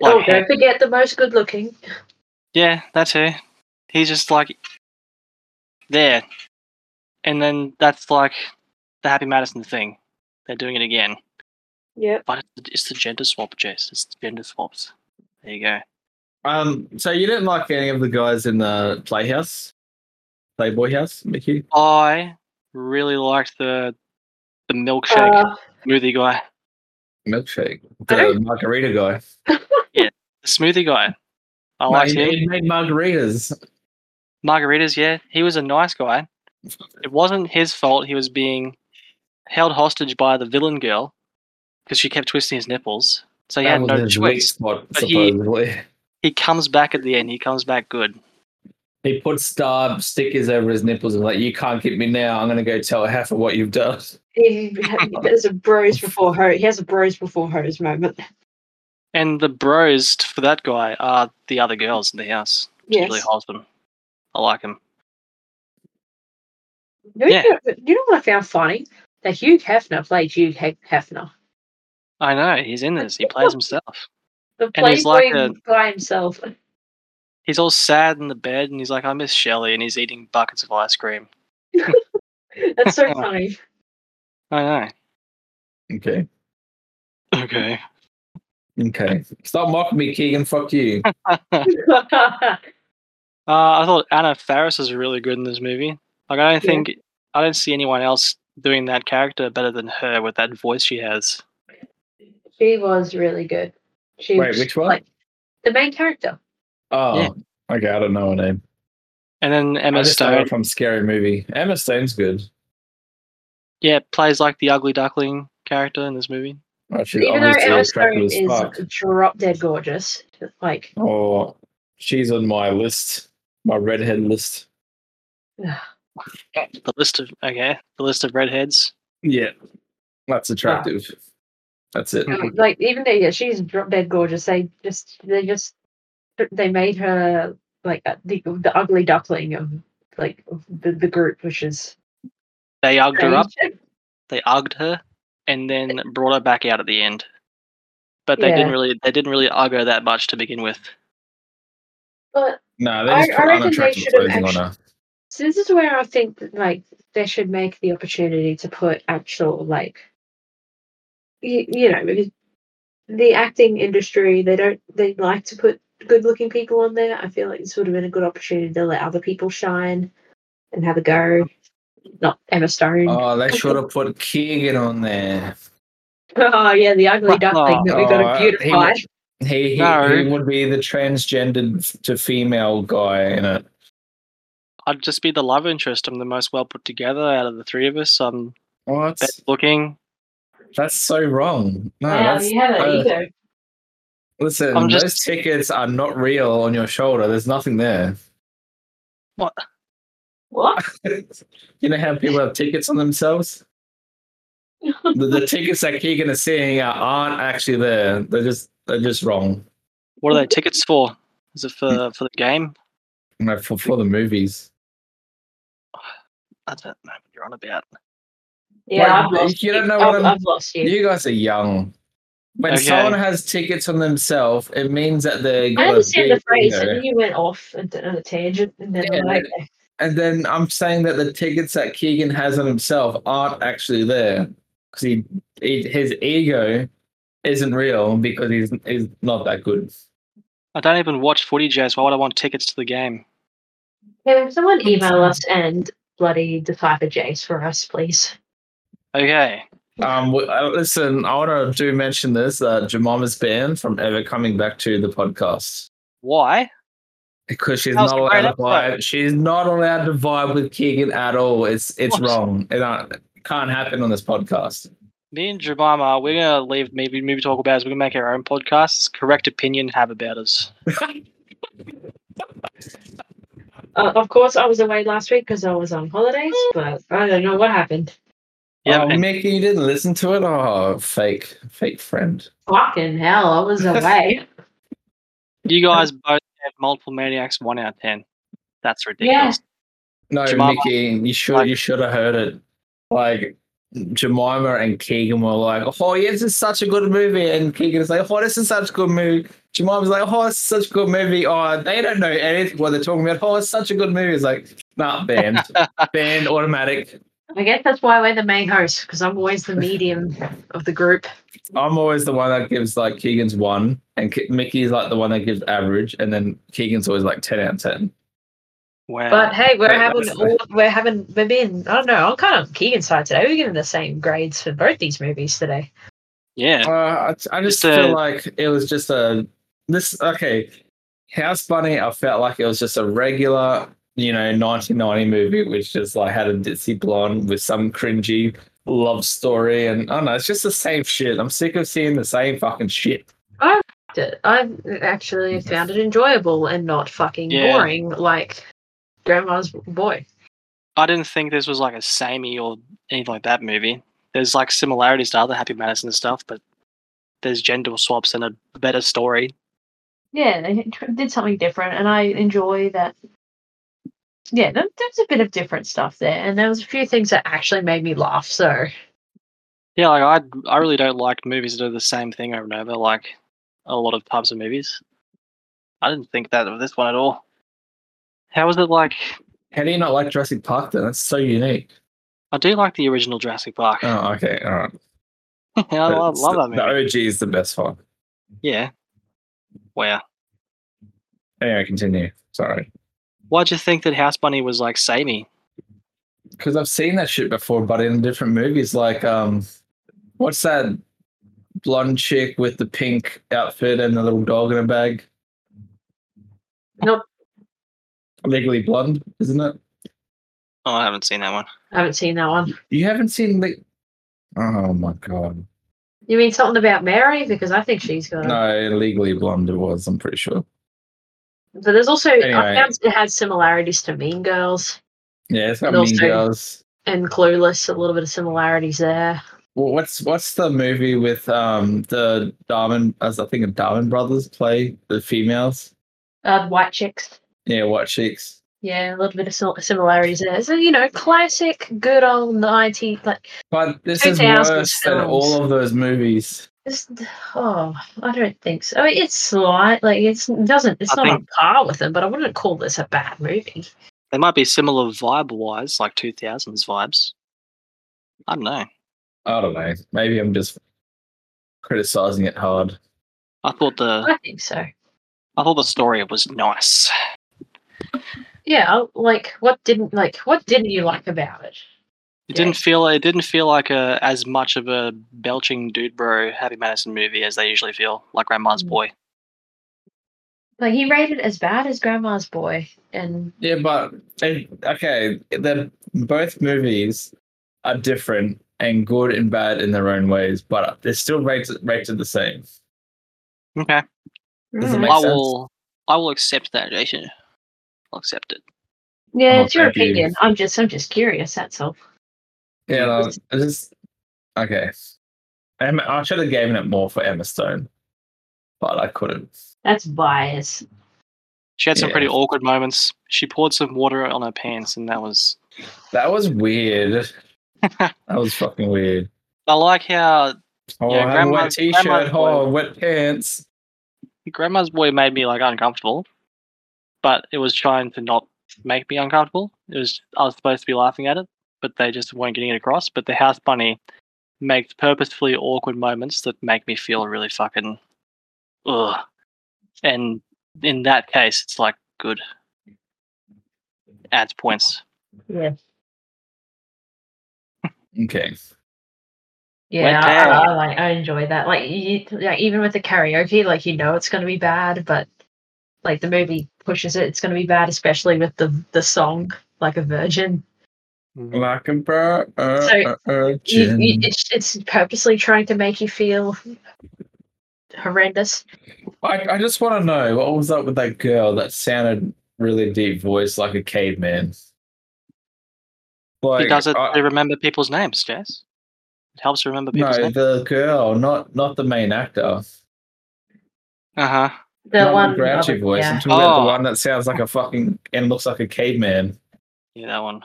[SPEAKER 2] Like,
[SPEAKER 3] oh,
[SPEAKER 2] heck-
[SPEAKER 3] don't forget the most good looking.
[SPEAKER 2] yeah, that's her. He's just like there. And then that's like the Happy Madison thing. They're doing it again.
[SPEAKER 3] Yep.
[SPEAKER 2] But it's the, it's the gender swap, Jess. It's the gender swaps. There you go.
[SPEAKER 1] Um, so you didn't like any of the guys in the playhouse, playboy house, Mickey?
[SPEAKER 2] I really liked the the milkshake
[SPEAKER 3] Uh,
[SPEAKER 2] smoothie guy.
[SPEAKER 1] Milkshake,
[SPEAKER 3] I
[SPEAKER 1] the margarita guy.
[SPEAKER 2] The smoothie guy. I
[SPEAKER 1] No,
[SPEAKER 2] liked
[SPEAKER 1] he,
[SPEAKER 2] him.
[SPEAKER 1] he made margaritas.
[SPEAKER 2] margaritas yeah he was a nice guy it wasn't his fault he was being held hostage by the villain girl because she kept twisting his nipples so he
[SPEAKER 1] That
[SPEAKER 2] had
[SPEAKER 1] was
[SPEAKER 2] no
[SPEAKER 1] his weak
[SPEAKER 2] choice
[SPEAKER 1] spot,
[SPEAKER 2] But he-
[SPEAKER 1] supposedly.
[SPEAKER 2] he comes back at the end he comes back good
[SPEAKER 1] He puts star stickers over his nipples and like, you can't get me now. I'm gonna go tell Heifer what you've done. <laughs>
[SPEAKER 3] He,
[SPEAKER 2] <laughs>
[SPEAKER 3] there's a bros before hose. He has a bros before hose moment.
[SPEAKER 2] And the bros t- for that guy are the other girls in the house,
[SPEAKER 3] Yes.
[SPEAKER 2] particularly husband. I like him.
[SPEAKER 3] You know-
[SPEAKER 2] Yeah.
[SPEAKER 3] You know what I found funny? That Hugh Hefner played Hugh He- Hefner.
[SPEAKER 2] I know he's in this.
[SPEAKER 1] <laughs>
[SPEAKER 2] He plays himself.
[SPEAKER 3] The
[SPEAKER 2] And he's like
[SPEAKER 3] playboy by himself. <laughs>
[SPEAKER 2] He's all sad in the bed, and he's like, "I miss Shelley," and he's eating buckets of ice cream. <laughs>
[SPEAKER 3] That's so funny. <laughs>
[SPEAKER 2] I know.
[SPEAKER 1] Okay.
[SPEAKER 2] Okay.
[SPEAKER 1] Okay. Stop mocking me, Keegan. Fuck
[SPEAKER 2] <laughs>
[SPEAKER 1] you.
[SPEAKER 2] Uh, I thought Anna Faris was really good in this movie. Like, I don't
[SPEAKER 3] Yeah.
[SPEAKER 2] think I don't see anyone else doing that character better than her with that voice she has.
[SPEAKER 3] she was really good. She
[SPEAKER 1] Wait,
[SPEAKER 3] was,
[SPEAKER 1] which one?
[SPEAKER 3] Like, the main character.
[SPEAKER 1] Oh, okay. I don't know her name.
[SPEAKER 2] And then
[SPEAKER 1] I
[SPEAKER 2] Emma
[SPEAKER 1] just know her
[SPEAKER 2] Stone,
[SPEAKER 1] from Scary Movie. Emma Stone's good.
[SPEAKER 2] yeah, plays like the ugly duckling character in this movie.
[SPEAKER 1] Oh, she's
[SPEAKER 3] Even though
[SPEAKER 1] obviously
[SPEAKER 3] Emma
[SPEAKER 1] attractive
[SPEAKER 3] Stone
[SPEAKER 1] as fuck.
[SPEAKER 3] is drop dead gorgeous, like
[SPEAKER 1] Oh, she's on my list, my redhead list.
[SPEAKER 2] The list of okay, the list of redheads.
[SPEAKER 1] Yeah, that's attractive. That's it.
[SPEAKER 2] Mhm.
[SPEAKER 3] like even though yeah, she's drop dead gorgeous, they just they just they made her like uh, the the ugly duckling of like of the, the group, which is
[SPEAKER 2] They ugged her up.
[SPEAKER 3] strange.
[SPEAKER 2] They ugged her, and then brought her back out at the end. But they
[SPEAKER 3] Yeah.
[SPEAKER 2] didn't really they didn't really ug her that much to begin with.
[SPEAKER 3] But
[SPEAKER 1] No, they
[SPEAKER 3] I-
[SPEAKER 1] just
[SPEAKER 3] I
[SPEAKER 1] put
[SPEAKER 3] reckon they
[SPEAKER 1] unattractive
[SPEAKER 3] should have
[SPEAKER 1] clothing on
[SPEAKER 3] actually-
[SPEAKER 1] her.
[SPEAKER 3] So this is where I think that, like they should make the opportunity to put actual like you, you know because the acting industry they don't they like to put good looking people on there. I feel like this would have been a good opportunity to let other people shine and have a go. Not Emma Stone. Oh,
[SPEAKER 1] Oh, they should have put Keegan on there.
[SPEAKER 3] Oh, yeah, the ugly duckling that we got
[SPEAKER 1] Oh,
[SPEAKER 3] to
[SPEAKER 1] he
[SPEAKER 3] beautify.
[SPEAKER 1] was- He he,
[SPEAKER 2] No.
[SPEAKER 1] he would be the transgendered f- to female guy in it.
[SPEAKER 2] I'd just be the love interest. I'm the most well put together out of the three of us. I'm
[SPEAKER 1] What?
[SPEAKER 2] best looking.
[SPEAKER 1] That's so wrong. No,
[SPEAKER 4] wow,
[SPEAKER 1] that's,
[SPEAKER 4] you have
[SPEAKER 1] uh,
[SPEAKER 4] an ego.
[SPEAKER 1] listen.
[SPEAKER 2] I'm just-
[SPEAKER 1] Those tickets are not real on your shoulder. There's nothing there.
[SPEAKER 4] What?
[SPEAKER 1] <laughs> you know how people have tickets on themselves? the, the tickets that Keegan is seeing are, aren't actually there. They're just they're just wrong.
[SPEAKER 2] What are they tickets for? Is it for for the game?
[SPEAKER 1] You know, for, for the movies.
[SPEAKER 2] I don't know what you're on about.
[SPEAKER 4] Yeah, I've
[SPEAKER 1] Wait,
[SPEAKER 4] lost.
[SPEAKER 1] you don't know what
[SPEAKER 3] I've,
[SPEAKER 1] I'm-
[SPEAKER 3] I've lost you.
[SPEAKER 1] You guys are young. When
[SPEAKER 2] Okay.
[SPEAKER 1] someone has tickets on themselves, it means that they're
[SPEAKER 3] I
[SPEAKER 1] got a
[SPEAKER 3] understand the
[SPEAKER 1] big
[SPEAKER 3] phrase,
[SPEAKER 1] ego.
[SPEAKER 3] and then you went off and on a tangent, and then
[SPEAKER 1] Yeah,
[SPEAKER 3] I'm like,
[SPEAKER 1] And then I'm saying that the tickets that Keegan has on himself aren't actually there because he, he his ego isn't real because he's, he's not that good.
[SPEAKER 2] I don't even watch footy jazz. Why would I want tickets to the game?
[SPEAKER 3] Can someone email us and bloody decipher Jace for us, please?
[SPEAKER 2] Okay.
[SPEAKER 1] Um, w- uh, listen, I want to do mention this. Uh, Jemima's banned from ever coming back to the podcast
[SPEAKER 2] Why?
[SPEAKER 1] because she's
[SPEAKER 2] That was
[SPEAKER 1] not
[SPEAKER 2] a great
[SPEAKER 1] allowed to
[SPEAKER 2] episode.
[SPEAKER 1] vibe. She's not allowed to vibe with Keegan at all. It's it's
[SPEAKER 2] What?
[SPEAKER 1] wrong. It uh, can't happen on this podcast.
[SPEAKER 2] Me and Jemima, we're gonna leave maybe movie talk about us. We're gonna make our own podcast. It's correct opinion have about us.
[SPEAKER 3] Uh, of course, I was away last week because I was on holidays, but I don't know what happened.
[SPEAKER 2] Yeah,
[SPEAKER 1] oh,
[SPEAKER 2] and
[SPEAKER 1] Mickey, you didn't listen to it. Oh, fake, fake friend.
[SPEAKER 3] Fucking hell, I
[SPEAKER 1] <laughs>
[SPEAKER 3] was away.
[SPEAKER 2] you guys both have multiple maniacs one out of ten. That's ridiculous.
[SPEAKER 1] No,
[SPEAKER 2] Jemima.
[SPEAKER 1] Mickey, you should
[SPEAKER 2] Like-
[SPEAKER 1] you should have heard it. Like Jemima and Keegan were like, "Oh, yeah, this is such a good movie," and Keegan's like, "Oh, this is such a good movie." Jemima's like, "Oh, it's such a good movie." Oh, they don't know anything what they're talking about. Oh, it's such a good movie. It's like, nah,
[SPEAKER 2] <laughs>
[SPEAKER 1] banned, banned, automatic.
[SPEAKER 3] I guess that's why we're the main host because I'm always the medium of the group.
[SPEAKER 1] I'm always the one that gives like Keegan's one, and Ke- Mickey's like the one that gives average, and then Keegan's always like ten out of ten.
[SPEAKER 2] Wow.
[SPEAKER 3] But hey, we're
[SPEAKER 1] Right,
[SPEAKER 3] having
[SPEAKER 1] that's-
[SPEAKER 3] all, we're having we're being I don't know I'm kind of Keegan side today. We're giving the same grades for both these movies today.
[SPEAKER 2] <laughs> yeah.
[SPEAKER 1] Uh, I, I just
[SPEAKER 2] Just, uh,
[SPEAKER 1] feel like it was just a this okay. House Bunny, I felt like it was just a regular, you know, 1990 movie, which just like had a ditzy blonde with some cringy love story, and I don't know, it's just the same shit. I'm sick of seeing the same fucking shit.
[SPEAKER 3] I actually found it enjoyable and not fucking
[SPEAKER 2] Yeah.
[SPEAKER 3] boring like grandma's boy.
[SPEAKER 2] I didn't think this was like a samey or anything like that movie. There's like similarities to other Happy Madison stuff, but there's gender swaps and a better story.
[SPEAKER 3] Yeah, they tr- did something different, and I enjoy that. Yeah, there- there's a bit of different stuff there, and there was a few things that actually made me laugh. So
[SPEAKER 2] Yeah, like I, I really don't like movies that do the same thing over and over, like a lot of types of movies. I didn't think that of this one at all. How was it like?
[SPEAKER 1] How do you not like Jurassic Park then? That's so unique.
[SPEAKER 2] I do like the original Jurassic Park. <laughs>
[SPEAKER 1] Oh, okay. All right.
[SPEAKER 2] I love,
[SPEAKER 1] It's
[SPEAKER 2] love
[SPEAKER 1] the-
[SPEAKER 2] that movie.
[SPEAKER 1] The OG is the best one.
[SPEAKER 2] Yeah. Wow.
[SPEAKER 1] Anyway, continue. Sorry.
[SPEAKER 2] Why'd you think that House Bunny was like samey?
[SPEAKER 1] Because I've seen that shit before, but in different movies. Like, um, what's that blonde chick with the pink outfit and the little dog in a bag?
[SPEAKER 3] Nope.
[SPEAKER 1] Legally blonde, isn't it?
[SPEAKER 2] Oh, I haven't seen that one.
[SPEAKER 3] I haven't seen that one.
[SPEAKER 1] You haven't seen the. Oh my god.
[SPEAKER 3] You mean something about Mary? Because I think she's got. it.
[SPEAKER 1] No, legally blonde it was, I'm pretty sure.
[SPEAKER 3] But there's also
[SPEAKER 1] Anyway.
[SPEAKER 3] I found it had similarities to Mean Girls
[SPEAKER 1] Yeah, it's got
[SPEAKER 3] Little
[SPEAKER 1] Mean
[SPEAKER 3] Stain.
[SPEAKER 1] Girls.
[SPEAKER 3] and Clueless. A little bit of similarities there.
[SPEAKER 1] Well, what's what's the movie with um the Darwin as I think the Darwin brothers play the females?
[SPEAKER 3] Uh, White Chicks.
[SPEAKER 1] Yeah, White Chicks.
[SPEAKER 3] Yeah, a little bit of sim- similarities there. So you know, classic, good old ninety. Like
[SPEAKER 1] But this is
[SPEAKER 3] 2000s
[SPEAKER 1] worse than all
[SPEAKER 3] films.
[SPEAKER 1] of those movies.
[SPEAKER 3] this, oh, I don't think so. I mean, it's slight, like it's it doesn't. It's
[SPEAKER 2] I
[SPEAKER 3] not on
[SPEAKER 2] think-
[SPEAKER 3] par with them, but I wouldn't call this a bad movie.
[SPEAKER 2] They might be similar vibe wise, like 2000s vibes. I don't know.
[SPEAKER 1] I don't know. Maybe I'm just criticizing it hard.
[SPEAKER 2] I thought the
[SPEAKER 3] I think so.
[SPEAKER 2] I thought the story was nice.
[SPEAKER 3] Yeah, I- like what didn't like what didn't you like about it?
[SPEAKER 2] It
[SPEAKER 3] Yeah.
[SPEAKER 2] didn't feel it didn't feel like a as much of a belching dude bro Happy Madison movie as they usually feel, like Grandma's
[SPEAKER 3] Mm.
[SPEAKER 2] Boy.
[SPEAKER 3] Like he rated it as bad as Grandma's Boy, and
[SPEAKER 1] Yeah, but eh, okay, the both movies are different and good and bad in their own ways, but they're still rated rated the same.
[SPEAKER 2] Okay,
[SPEAKER 1] Does it
[SPEAKER 3] Mm.
[SPEAKER 1] make
[SPEAKER 2] I
[SPEAKER 1] sense?
[SPEAKER 2] will I will accept that, Jason. I'll accept it.
[SPEAKER 3] yeah,
[SPEAKER 1] Oh,
[SPEAKER 3] it's your
[SPEAKER 1] thank you.
[SPEAKER 3] opinion. I'm just I'm just curious. That's all.
[SPEAKER 1] Yeah,
[SPEAKER 3] Yeah.
[SPEAKER 1] no, I just okay. Emma, I should have given it more for Emma Stone, but I couldn't.
[SPEAKER 3] That's bias.
[SPEAKER 2] She had some
[SPEAKER 1] Yeah.
[SPEAKER 2] pretty awkward moments. She poured some water on her pants, and that was.
[SPEAKER 1] That was weird. that was fucking weird.
[SPEAKER 2] I like how
[SPEAKER 1] Oh,
[SPEAKER 2] Yeah,
[SPEAKER 1] I have a wet
[SPEAKER 2] grandma's-
[SPEAKER 1] t-shirt.
[SPEAKER 2] grandma's
[SPEAKER 1] oh, wet pants.
[SPEAKER 2] Grandma's Boy made me like uncomfortable, but it was trying to not make me uncomfortable. It was I was supposed to be laughing at it, but they just weren't getting it across. But the House Bunny makes purposefully awkward moments that make me feel really fucking ugh. And in that case, it's like good. Adds points.
[SPEAKER 3] Yeah,
[SPEAKER 1] Okay.
[SPEAKER 3] yeah. I,
[SPEAKER 2] Okay.
[SPEAKER 3] I, I like I enjoy that. Like, you, like even with the karaoke, like you know it's going to be bad, but like the movie pushes it. It's going to be bad, especially with the the song like a virgin.
[SPEAKER 1] Like a bird.
[SPEAKER 3] So,
[SPEAKER 1] Uh, uh, uh,
[SPEAKER 3] You, you,
[SPEAKER 1] gin.
[SPEAKER 3] it's it's purposely trying to make you feel horrendous.
[SPEAKER 1] I, I just want to know what was up with that girl that sounded really deep voice like a caveman. Like,
[SPEAKER 2] he does it
[SPEAKER 1] I-
[SPEAKER 2] to remember people's names, Jess. It helps
[SPEAKER 1] no,
[SPEAKER 2] remember people's names.
[SPEAKER 1] the girl, not not the main actor.
[SPEAKER 2] Uh huh.
[SPEAKER 3] The
[SPEAKER 1] Not
[SPEAKER 3] one
[SPEAKER 1] grouchy
[SPEAKER 3] other-
[SPEAKER 1] voice. I'm
[SPEAKER 3] yeah.
[SPEAKER 1] talking about the
[SPEAKER 2] Oh.
[SPEAKER 1] one that sounds like a fucking and looks like a caveman.
[SPEAKER 2] Yeah, that one.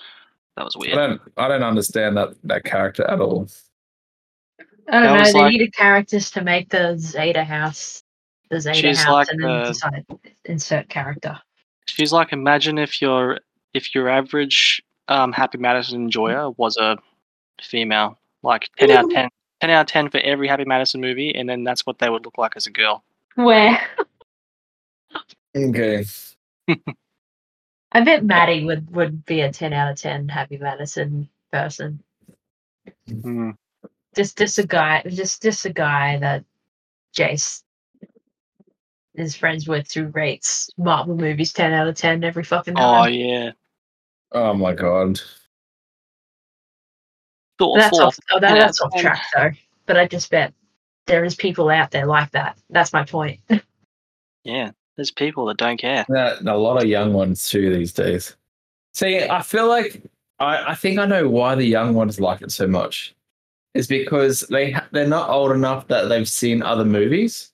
[SPEAKER 2] That was
[SPEAKER 1] I
[SPEAKER 2] weird.
[SPEAKER 1] don't I don't understand that that character at all.
[SPEAKER 3] I
[SPEAKER 2] That
[SPEAKER 3] don't know.
[SPEAKER 2] was
[SPEAKER 3] They
[SPEAKER 2] like-
[SPEAKER 3] needed characters to make the Zeta House, the Zeta
[SPEAKER 2] She's
[SPEAKER 3] House,
[SPEAKER 2] like
[SPEAKER 3] and then
[SPEAKER 2] the-
[SPEAKER 3] decide insert character.
[SPEAKER 2] She's like, imagine if your if your average um, Happy Madison enjoyer was a female, like ten out of ten. 10 out of 10 for every Happy Madison movie, and then that's what they would look like as a girl.
[SPEAKER 3] Where <laughs>
[SPEAKER 1] Okay.
[SPEAKER 3] I bet Maddie would would be a ten out of ten Happy Madison person. Just just a guy, just just a guy that Jace is friends with who rates Marvel movies ten out of ten every fucking
[SPEAKER 2] Oh,
[SPEAKER 3] time.
[SPEAKER 2] yeah.
[SPEAKER 1] Oh my god.
[SPEAKER 3] that's
[SPEAKER 2] Thoughtful.
[SPEAKER 3] off. Oh, that,
[SPEAKER 2] 10 out of
[SPEAKER 3] that's off
[SPEAKER 2] 10.
[SPEAKER 3] track though. But I just bet there is people out there like that. That's my point.
[SPEAKER 2] Yeah. There's people that don't care.
[SPEAKER 1] That, a lot of young ones too these days. See, I feel like I, I think I know why the young ones like it so much. Is because they ha- they're not old enough that they've seen other movies.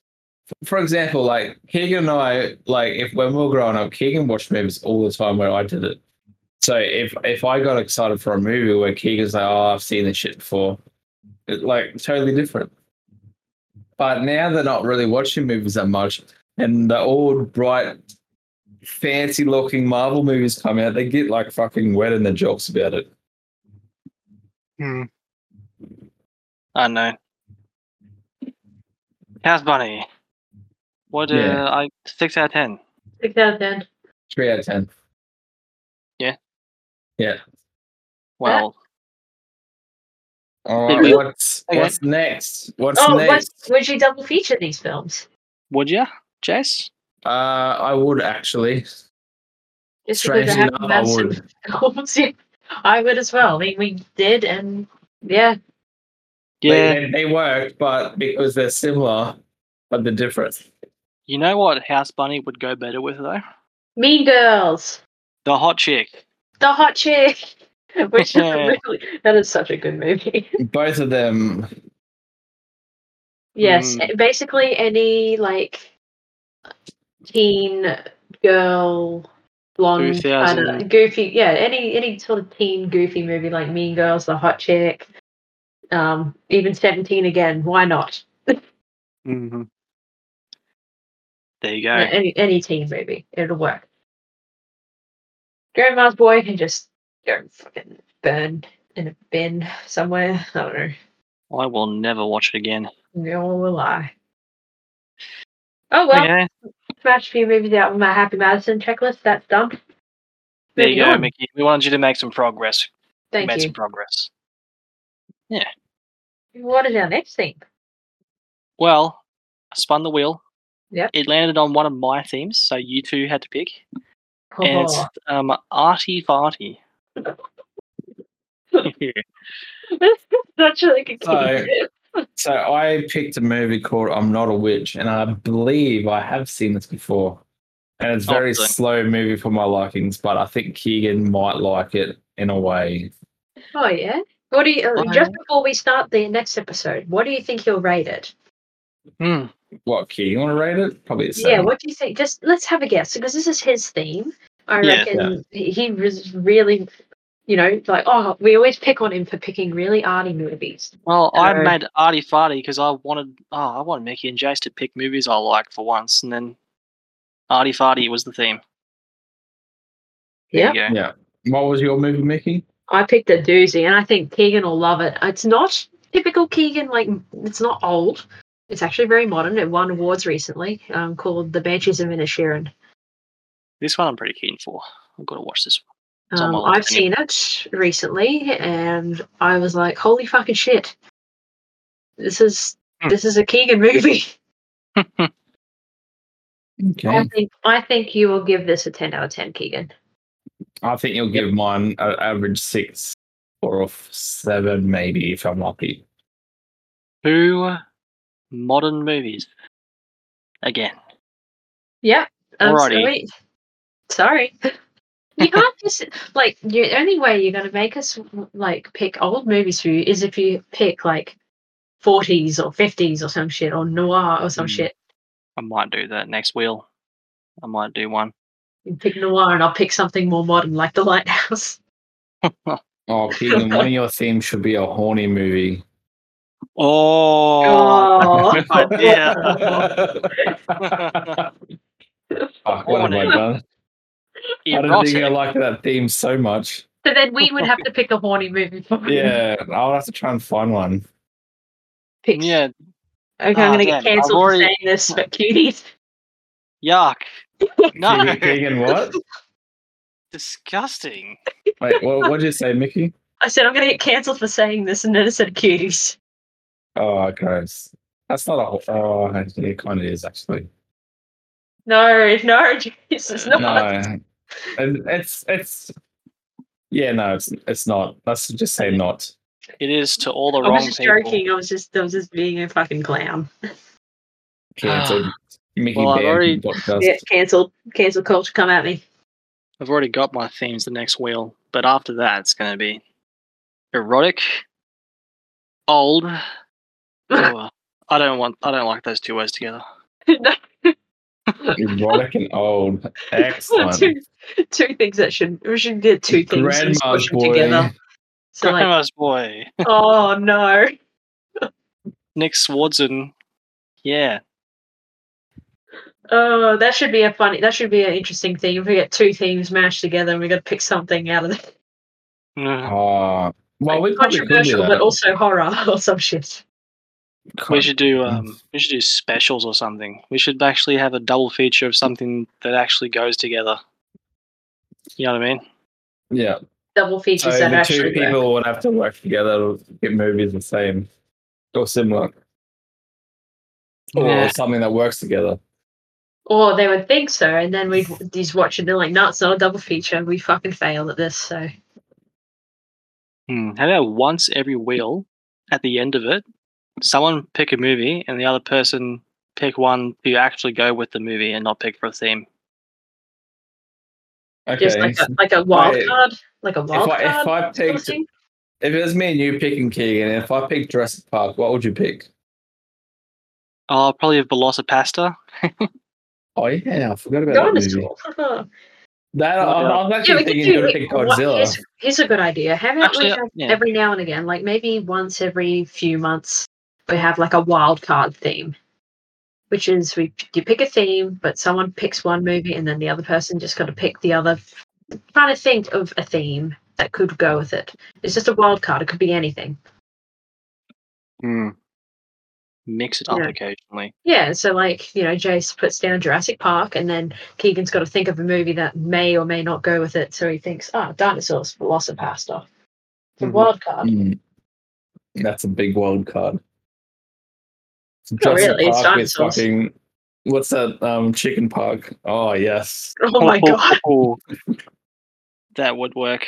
[SPEAKER 1] F- For example, like Keegan and I, like if when we were growing up, Keegan watched movies all the time where I did it. So if if I got excited for a movie where Keegan's like, "Oh, I've seen this shit before," it, like totally different. But now they're not really watching movies that much, and the old bright, fancy looking Marvel movies come out. They get like fucking wet in the jokes about it.
[SPEAKER 2] Hmm. I don't know. How's Bunny? What?
[SPEAKER 1] Yeah.
[SPEAKER 2] Uh, I six out of ten.
[SPEAKER 3] Six out of ten.
[SPEAKER 1] Three out of ten.
[SPEAKER 2] Well,
[SPEAKER 1] All
[SPEAKER 2] Did
[SPEAKER 1] right,
[SPEAKER 2] we-
[SPEAKER 1] what's
[SPEAKER 2] Okay.
[SPEAKER 1] what's next? What's
[SPEAKER 3] oh, what,
[SPEAKER 1] next?
[SPEAKER 3] would you double feature these films?
[SPEAKER 2] would you, Jace?
[SPEAKER 1] Uh, I would actually.
[SPEAKER 3] Just
[SPEAKER 1] Strangely
[SPEAKER 3] because I haven't
[SPEAKER 1] enough, I
[SPEAKER 3] had some films <laughs> yet. I would as well. I mean, we did, and yeah,
[SPEAKER 2] Yeah.
[SPEAKER 1] They, they work, but because they're similar, but the difference.
[SPEAKER 2] You know what House Bunny would go better with though?
[SPEAKER 3] Mean Girls,
[SPEAKER 2] The hot chick.
[SPEAKER 3] The Hot Chick, <laughs>
[SPEAKER 1] <laughs>
[SPEAKER 3] which is
[SPEAKER 2] Yeah.
[SPEAKER 3] really, that is such a good movie.
[SPEAKER 1] Both of them.
[SPEAKER 3] Yes,
[SPEAKER 2] Mm.
[SPEAKER 3] a- basically any like teen girl blonde kind of
[SPEAKER 2] 2000.
[SPEAKER 3] goofy, yeah, any any sort of teen goofy movie like Mean Girls, The Hot Chick, um, even Seventeen again. Why not?
[SPEAKER 2] Mm-hmm. There you
[SPEAKER 3] Yeah,
[SPEAKER 2] go.
[SPEAKER 3] any any teen movie, it'll work. Grandma's boy can just go and fucking burn in a bin somewhere. I don't know.
[SPEAKER 2] I will never watch it again.
[SPEAKER 3] Nor will I. Oh well.
[SPEAKER 2] okay.
[SPEAKER 3] smash a few movies out with my Happy Madison checklist. That's done.
[SPEAKER 2] There you
[SPEAKER 3] Moving
[SPEAKER 2] go,
[SPEAKER 3] on.
[SPEAKER 2] Mickey. We wanted you to make some progress. You
[SPEAKER 3] Thank
[SPEAKER 2] made
[SPEAKER 3] you.
[SPEAKER 2] some progress.
[SPEAKER 3] What is our next thing?
[SPEAKER 2] Well, I spun the wheel.
[SPEAKER 3] Yep.
[SPEAKER 2] It landed on one of my themes, so you two had to pick. And it's um Hmm. Arty
[SPEAKER 3] <laughs>
[SPEAKER 2] Farty.
[SPEAKER 3] <laughs> This is such like a
[SPEAKER 1] So-
[SPEAKER 3] kid.
[SPEAKER 1] So I picked a movie called I'm Not a Witch, and I believe I have seen this before. And it's a
[SPEAKER 2] Oh,
[SPEAKER 1] very
[SPEAKER 2] good.
[SPEAKER 1] slow movie for my likings, but I think Keegan might like it in a way.
[SPEAKER 3] Oh yeah. What do you? uh,
[SPEAKER 2] Alright.
[SPEAKER 3] just before we start the next episode, what do you think you'll rate it?
[SPEAKER 2] Hmm.
[SPEAKER 1] What, Keegan, you want to rate it? Probably the
[SPEAKER 3] Yeah.
[SPEAKER 1] same.
[SPEAKER 3] What do you think? Just let's have a guess because this is his theme. I
[SPEAKER 2] Yeah.
[SPEAKER 3] reckon he he was really, you know, like oh, we always pick on him for picking really arty movies.
[SPEAKER 2] Well, I
[SPEAKER 3] Hello.
[SPEAKER 2] made Arty Farty because I wanted oh, I wanted Mickey and Jace to pick movies I like for once, and then Arty Farty was the theme. There you go.
[SPEAKER 1] Yeah. What was your movie, Mickey?
[SPEAKER 3] I picked a doozy, and I think Keegan will love it. It's not typical Keegan, like it's not old. It's actually very modern. It won awards recently, um, called The Banshees of Inisherin.
[SPEAKER 2] This one I'm pretty keen for. I've got to watch this one. It's on
[SPEAKER 3] Um,
[SPEAKER 2] my list
[SPEAKER 3] I've seen it recently, and I was like, "Holy fucking shit! This is
[SPEAKER 2] Hmm.
[SPEAKER 3] this is a Keegan movie." <laughs> I
[SPEAKER 1] Okay.
[SPEAKER 3] think I think you will give this a ten out of ten, Keegan.
[SPEAKER 1] I think you'll give mine an average six or a f- seven, maybe, if I'm lucky.
[SPEAKER 2] Two modern movies. Again.
[SPEAKER 3] Yeah. I'm
[SPEAKER 2] Alrighty.
[SPEAKER 3] sorry. Sorry.
[SPEAKER 2] <laughs>
[SPEAKER 3] You can't just like the only way you're gonna make us like pick old movies for you is if you pick like 40s or 50s or some shit or noir or some
[SPEAKER 2] Mm.
[SPEAKER 3] shit.
[SPEAKER 2] I might do that next wheel. I might do one.
[SPEAKER 3] You pick noir and I'll pick something more modern like The
[SPEAKER 2] <laughs>
[SPEAKER 3] Lighthouse.
[SPEAKER 1] Oh, Keegan, one of your themes should be a horny movie.
[SPEAKER 2] <laughs> Oh,
[SPEAKER 3] <laughs> Oh,
[SPEAKER 1] <laughs>
[SPEAKER 2] idea.
[SPEAKER 1] Fuck, what have I done? I don't think I
[SPEAKER 2] erotic.
[SPEAKER 1] like that theme so much.
[SPEAKER 3] so then we would have to pick a horny movie for you. <laughs>
[SPEAKER 1] Yeah, I'll have to try and find one.
[SPEAKER 3] Pick-
[SPEAKER 2] Yeah,
[SPEAKER 3] Okay,
[SPEAKER 2] Ah,
[SPEAKER 3] I'm gonna get
[SPEAKER 2] damn, I've
[SPEAKER 3] cancelled
[SPEAKER 2] already-
[SPEAKER 3] for saying this, but cuties. <laughs>
[SPEAKER 2] yuck. No,
[SPEAKER 1] Keegan, Keegan, what?
[SPEAKER 2] disgusting.
[SPEAKER 1] Wait, what, what did you say, Mickey?
[SPEAKER 3] I said I'm gonna get cancelled for saying this and then I said cuties.
[SPEAKER 1] Oh, gross. That's not a. whole- Oh, actually, it kind of is actually.
[SPEAKER 3] No, no, <laughs> Jesus, no.
[SPEAKER 1] No, And it's it's. Yeah, no, it's it's not. Let's just say not.
[SPEAKER 2] It is to all the
[SPEAKER 3] I
[SPEAKER 2] wrong
[SPEAKER 3] was just
[SPEAKER 2] people.
[SPEAKER 3] joking. I was just, I was just being a fucking clown.
[SPEAKER 1] Cancelled. Mickey
[SPEAKER 3] Ah.
[SPEAKER 2] Well, I've
[SPEAKER 1] banned
[SPEAKER 2] already-
[SPEAKER 1] from podcast.
[SPEAKER 3] Yeah, cancel, cancel culture, come at me. <laughs>
[SPEAKER 2] I've already got my themes the next wheel, but after that it's going to be erotic,
[SPEAKER 3] <laughs>
[SPEAKER 2] old. or- I don't want. I don't like those two words together.
[SPEAKER 3] No,
[SPEAKER 1] Erotic and
[SPEAKER 3] <laughs>
[SPEAKER 1] old.
[SPEAKER 3] two,
[SPEAKER 1] Excellent.
[SPEAKER 3] two things that should we should get two things and
[SPEAKER 1] Grandma's
[SPEAKER 3] squish them
[SPEAKER 1] boy.
[SPEAKER 3] together.
[SPEAKER 1] <laughs>
[SPEAKER 3] So like,
[SPEAKER 2] Grandma's boy,
[SPEAKER 3] oh no,
[SPEAKER 2] Nick Swardson. Yeah,
[SPEAKER 3] oh that should be a funny, that should be an interesting thing. If we get two themes mashed together, and we got to pick something out of it,
[SPEAKER 2] Mm.
[SPEAKER 1] Oh, well, we probably could do
[SPEAKER 3] controversial, but
[SPEAKER 1] that.
[SPEAKER 3] also horror <laughs> or some shit.
[SPEAKER 2] we should do.
[SPEAKER 1] Mm.
[SPEAKER 2] Um, we should do specials or something. We should actually have a double feature of something that actually goes together. You know what I mean?
[SPEAKER 1] yeah.
[SPEAKER 3] Double
[SPEAKER 1] So
[SPEAKER 3] features that
[SPEAKER 1] the two
[SPEAKER 3] actually. work.
[SPEAKER 1] people would have to work together to get movies the same or similar, or
[SPEAKER 2] Yeah.
[SPEAKER 1] something that works together.
[SPEAKER 3] Or they would think so, and then we'd just watch it. They're like, "No, it's not a double feature. We fucking failed at this." So
[SPEAKER 2] Hmm. How about once every wheel, at the end of it, someone pick a movie and the other person pick one to actually go with the movie and not pick for a theme.
[SPEAKER 1] Okay.
[SPEAKER 3] just like a, like a wild
[SPEAKER 1] Wait.
[SPEAKER 3] card, like a wild
[SPEAKER 1] if I if
[SPEAKER 3] card.
[SPEAKER 1] I
[SPEAKER 3] sort of
[SPEAKER 1] picked
[SPEAKER 3] thing.
[SPEAKER 1] if it was me and you picking Keegan, if I picked Jurassic Park, what would you pick?
[SPEAKER 2] Oh, probably a Velocipasta.
[SPEAKER 1] Oh yeah, I forgot about that movie.
[SPEAKER 3] Dinosaur. <laughs> yeah,
[SPEAKER 1] That I, I was actually
[SPEAKER 3] we could
[SPEAKER 1] thinking
[SPEAKER 3] do.
[SPEAKER 1] you would pick
[SPEAKER 3] what- here's,
[SPEAKER 1] Godzilla.
[SPEAKER 3] here's a good idea. How about
[SPEAKER 2] Actually,
[SPEAKER 3] we have
[SPEAKER 2] yeah.
[SPEAKER 3] every now and again, like maybe once every few months, we have like a wild card theme, which is we you pick a theme, but someone picks one movie, and then the other person just got to pick the other. Trying to think of a theme that could go with it. It's just a wild card. It could be anything.
[SPEAKER 2] Hmm. Mix it up
[SPEAKER 3] Yeah.
[SPEAKER 2] occasionally.
[SPEAKER 3] Yeah, so like, you know, Jace puts down Jurassic Park and then Keegan's got to think of a movie that may or may not go with it. So he thinks, oh, dinosaurs, Velocipasta. It's a
[SPEAKER 2] Mhm.
[SPEAKER 3] wild card.
[SPEAKER 1] Mm. That's a big wild card.
[SPEAKER 3] Not really, it's
[SPEAKER 1] is
[SPEAKER 3] dinosaurs.
[SPEAKER 1] fucking. What's that? Um, Chicken Park. Oh yes.
[SPEAKER 3] Oh my God. <laughs>
[SPEAKER 2] That would work.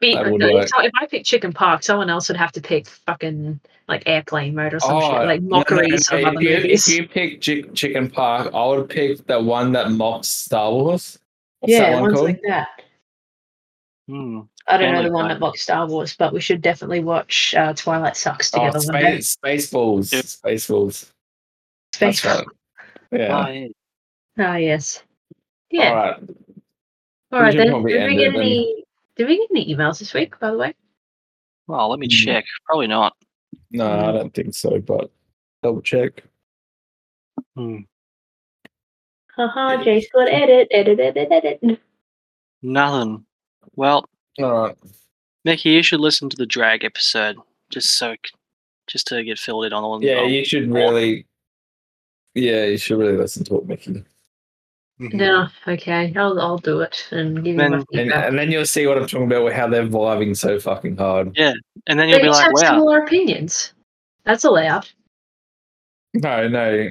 [SPEAKER 3] Be-
[SPEAKER 1] That would
[SPEAKER 3] no,
[SPEAKER 1] work.
[SPEAKER 3] so if I pick Chicken Park, someone else would have to pick fucking like airplane mode or some
[SPEAKER 1] Oh,
[SPEAKER 3] shit, like
[SPEAKER 1] no, no, no,
[SPEAKER 3] mockeries
[SPEAKER 1] no,
[SPEAKER 3] of
[SPEAKER 1] if
[SPEAKER 3] other
[SPEAKER 1] you,
[SPEAKER 3] movies.
[SPEAKER 1] If you pick Chick- Chicken Park, I would pick the one that mocks Star Wars. What's that
[SPEAKER 3] yeah,
[SPEAKER 1] one
[SPEAKER 3] ones
[SPEAKER 1] called? Oh
[SPEAKER 3] like that.
[SPEAKER 2] Hmm.
[SPEAKER 3] I don't know
[SPEAKER 2] Family
[SPEAKER 3] the one
[SPEAKER 2] Guy.
[SPEAKER 3] that mocks Star Wars, but we should definitely watch uh, Twilight Sucks
[SPEAKER 1] Oh,
[SPEAKER 3] together. one day.
[SPEAKER 1] space, Spaceballs.
[SPEAKER 2] Yeah.
[SPEAKER 1] Spaceballs.
[SPEAKER 3] Space.
[SPEAKER 1] That's right. Yeah.
[SPEAKER 2] Oh, yeah.
[SPEAKER 3] <laughs> Ah, yes. Yeah.
[SPEAKER 1] All right.
[SPEAKER 3] All right
[SPEAKER 1] should
[SPEAKER 3] then. Did
[SPEAKER 1] probably
[SPEAKER 3] we
[SPEAKER 1] end
[SPEAKER 3] get
[SPEAKER 1] it then.
[SPEAKER 3] any? Did we get any emails this week? By the way.
[SPEAKER 2] Well, let me
[SPEAKER 1] Hmm.
[SPEAKER 2] check. Probably not.
[SPEAKER 1] No, I don't think so, but double check.
[SPEAKER 2] Hmm.
[SPEAKER 3] Haha, Jay's got edit, edit, edit, edit.
[SPEAKER 2] Nothing. Well,
[SPEAKER 1] All right.
[SPEAKER 2] Mickey, you should listen to the drag episode just so, c- just to get filled in on all.
[SPEAKER 1] Yeah,
[SPEAKER 2] on-
[SPEAKER 1] you should really. Yeah, you should really listen to it, Mickey,
[SPEAKER 2] Mhm.
[SPEAKER 1] Mm-hmm.
[SPEAKER 3] No, okay, I'll I'll do it and give
[SPEAKER 2] Then-
[SPEAKER 3] you my
[SPEAKER 2] And-
[SPEAKER 1] and
[SPEAKER 3] feedback.
[SPEAKER 1] and then you'll see what I'm talking about with how they're vibing so fucking hard.
[SPEAKER 2] And then
[SPEAKER 3] They
[SPEAKER 2] you'll be
[SPEAKER 3] just
[SPEAKER 2] like,
[SPEAKER 3] have
[SPEAKER 2] wow.
[SPEAKER 3] similar opinions. That's allowed.
[SPEAKER 1] No, no.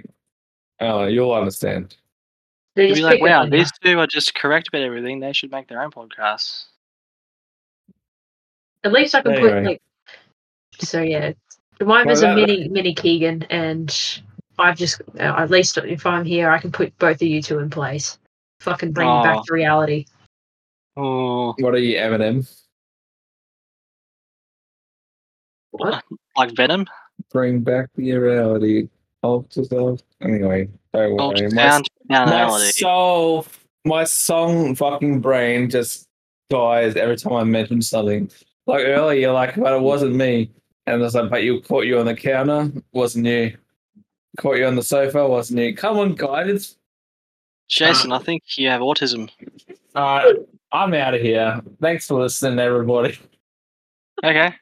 [SPEAKER 1] Uh, you'll understand.
[SPEAKER 3] They
[SPEAKER 2] You'll be
[SPEAKER 3] just
[SPEAKER 2] like,
[SPEAKER 3] pick
[SPEAKER 2] wow,
[SPEAKER 3] one.
[SPEAKER 2] these two are just correct about everything. They should make their own podcasts.
[SPEAKER 3] At least I can
[SPEAKER 1] There you
[SPEAKER 3] put
[SPEAKER 1] go.
[SPEAKER 3] like. So yeah,
[SPEAKER 1] Well,
[SPEAKER 3] mine was a
[SPEAKER 1] that-
[SPEAKER 3] mini mini Keegan, and I've just uh, at least if I'm here, I can put both of you two in place. Fucking bring you
[SPEAKER 2] Oh.
[SPEAKER 3] back to reality.
[SPEAKER 2] Oh,
[SPEAKER 1] What are you, Eminem?
[SPEAKER 3] What?
[SPEAKER 2] like Venom?
[SPEAKER 1] Bring back the reality of yourself. Anyway, don't
[SPEAKER 2] Oh,
[SPEAKER 1] worry.
[SPEAKER 2] just
[SPEAKER 1] My,
[SPEAKER 2] down to downality.
[SPEAKER 1] my soul, my song fucking brain just dies every time I mention something. Like earlier, you're like, but it wasn't me. And it's like, but you caught you on the counter, wasn't you? Caught you on the sofa, wasn't you? Come on, guys. It's,
[SPEAKER 2] Jason, I think you have autism.
[SPEAKER 1] <laughs> uh, I'm out of here. Thanks for listening, everybody.
[SPEAKER 2] Okay.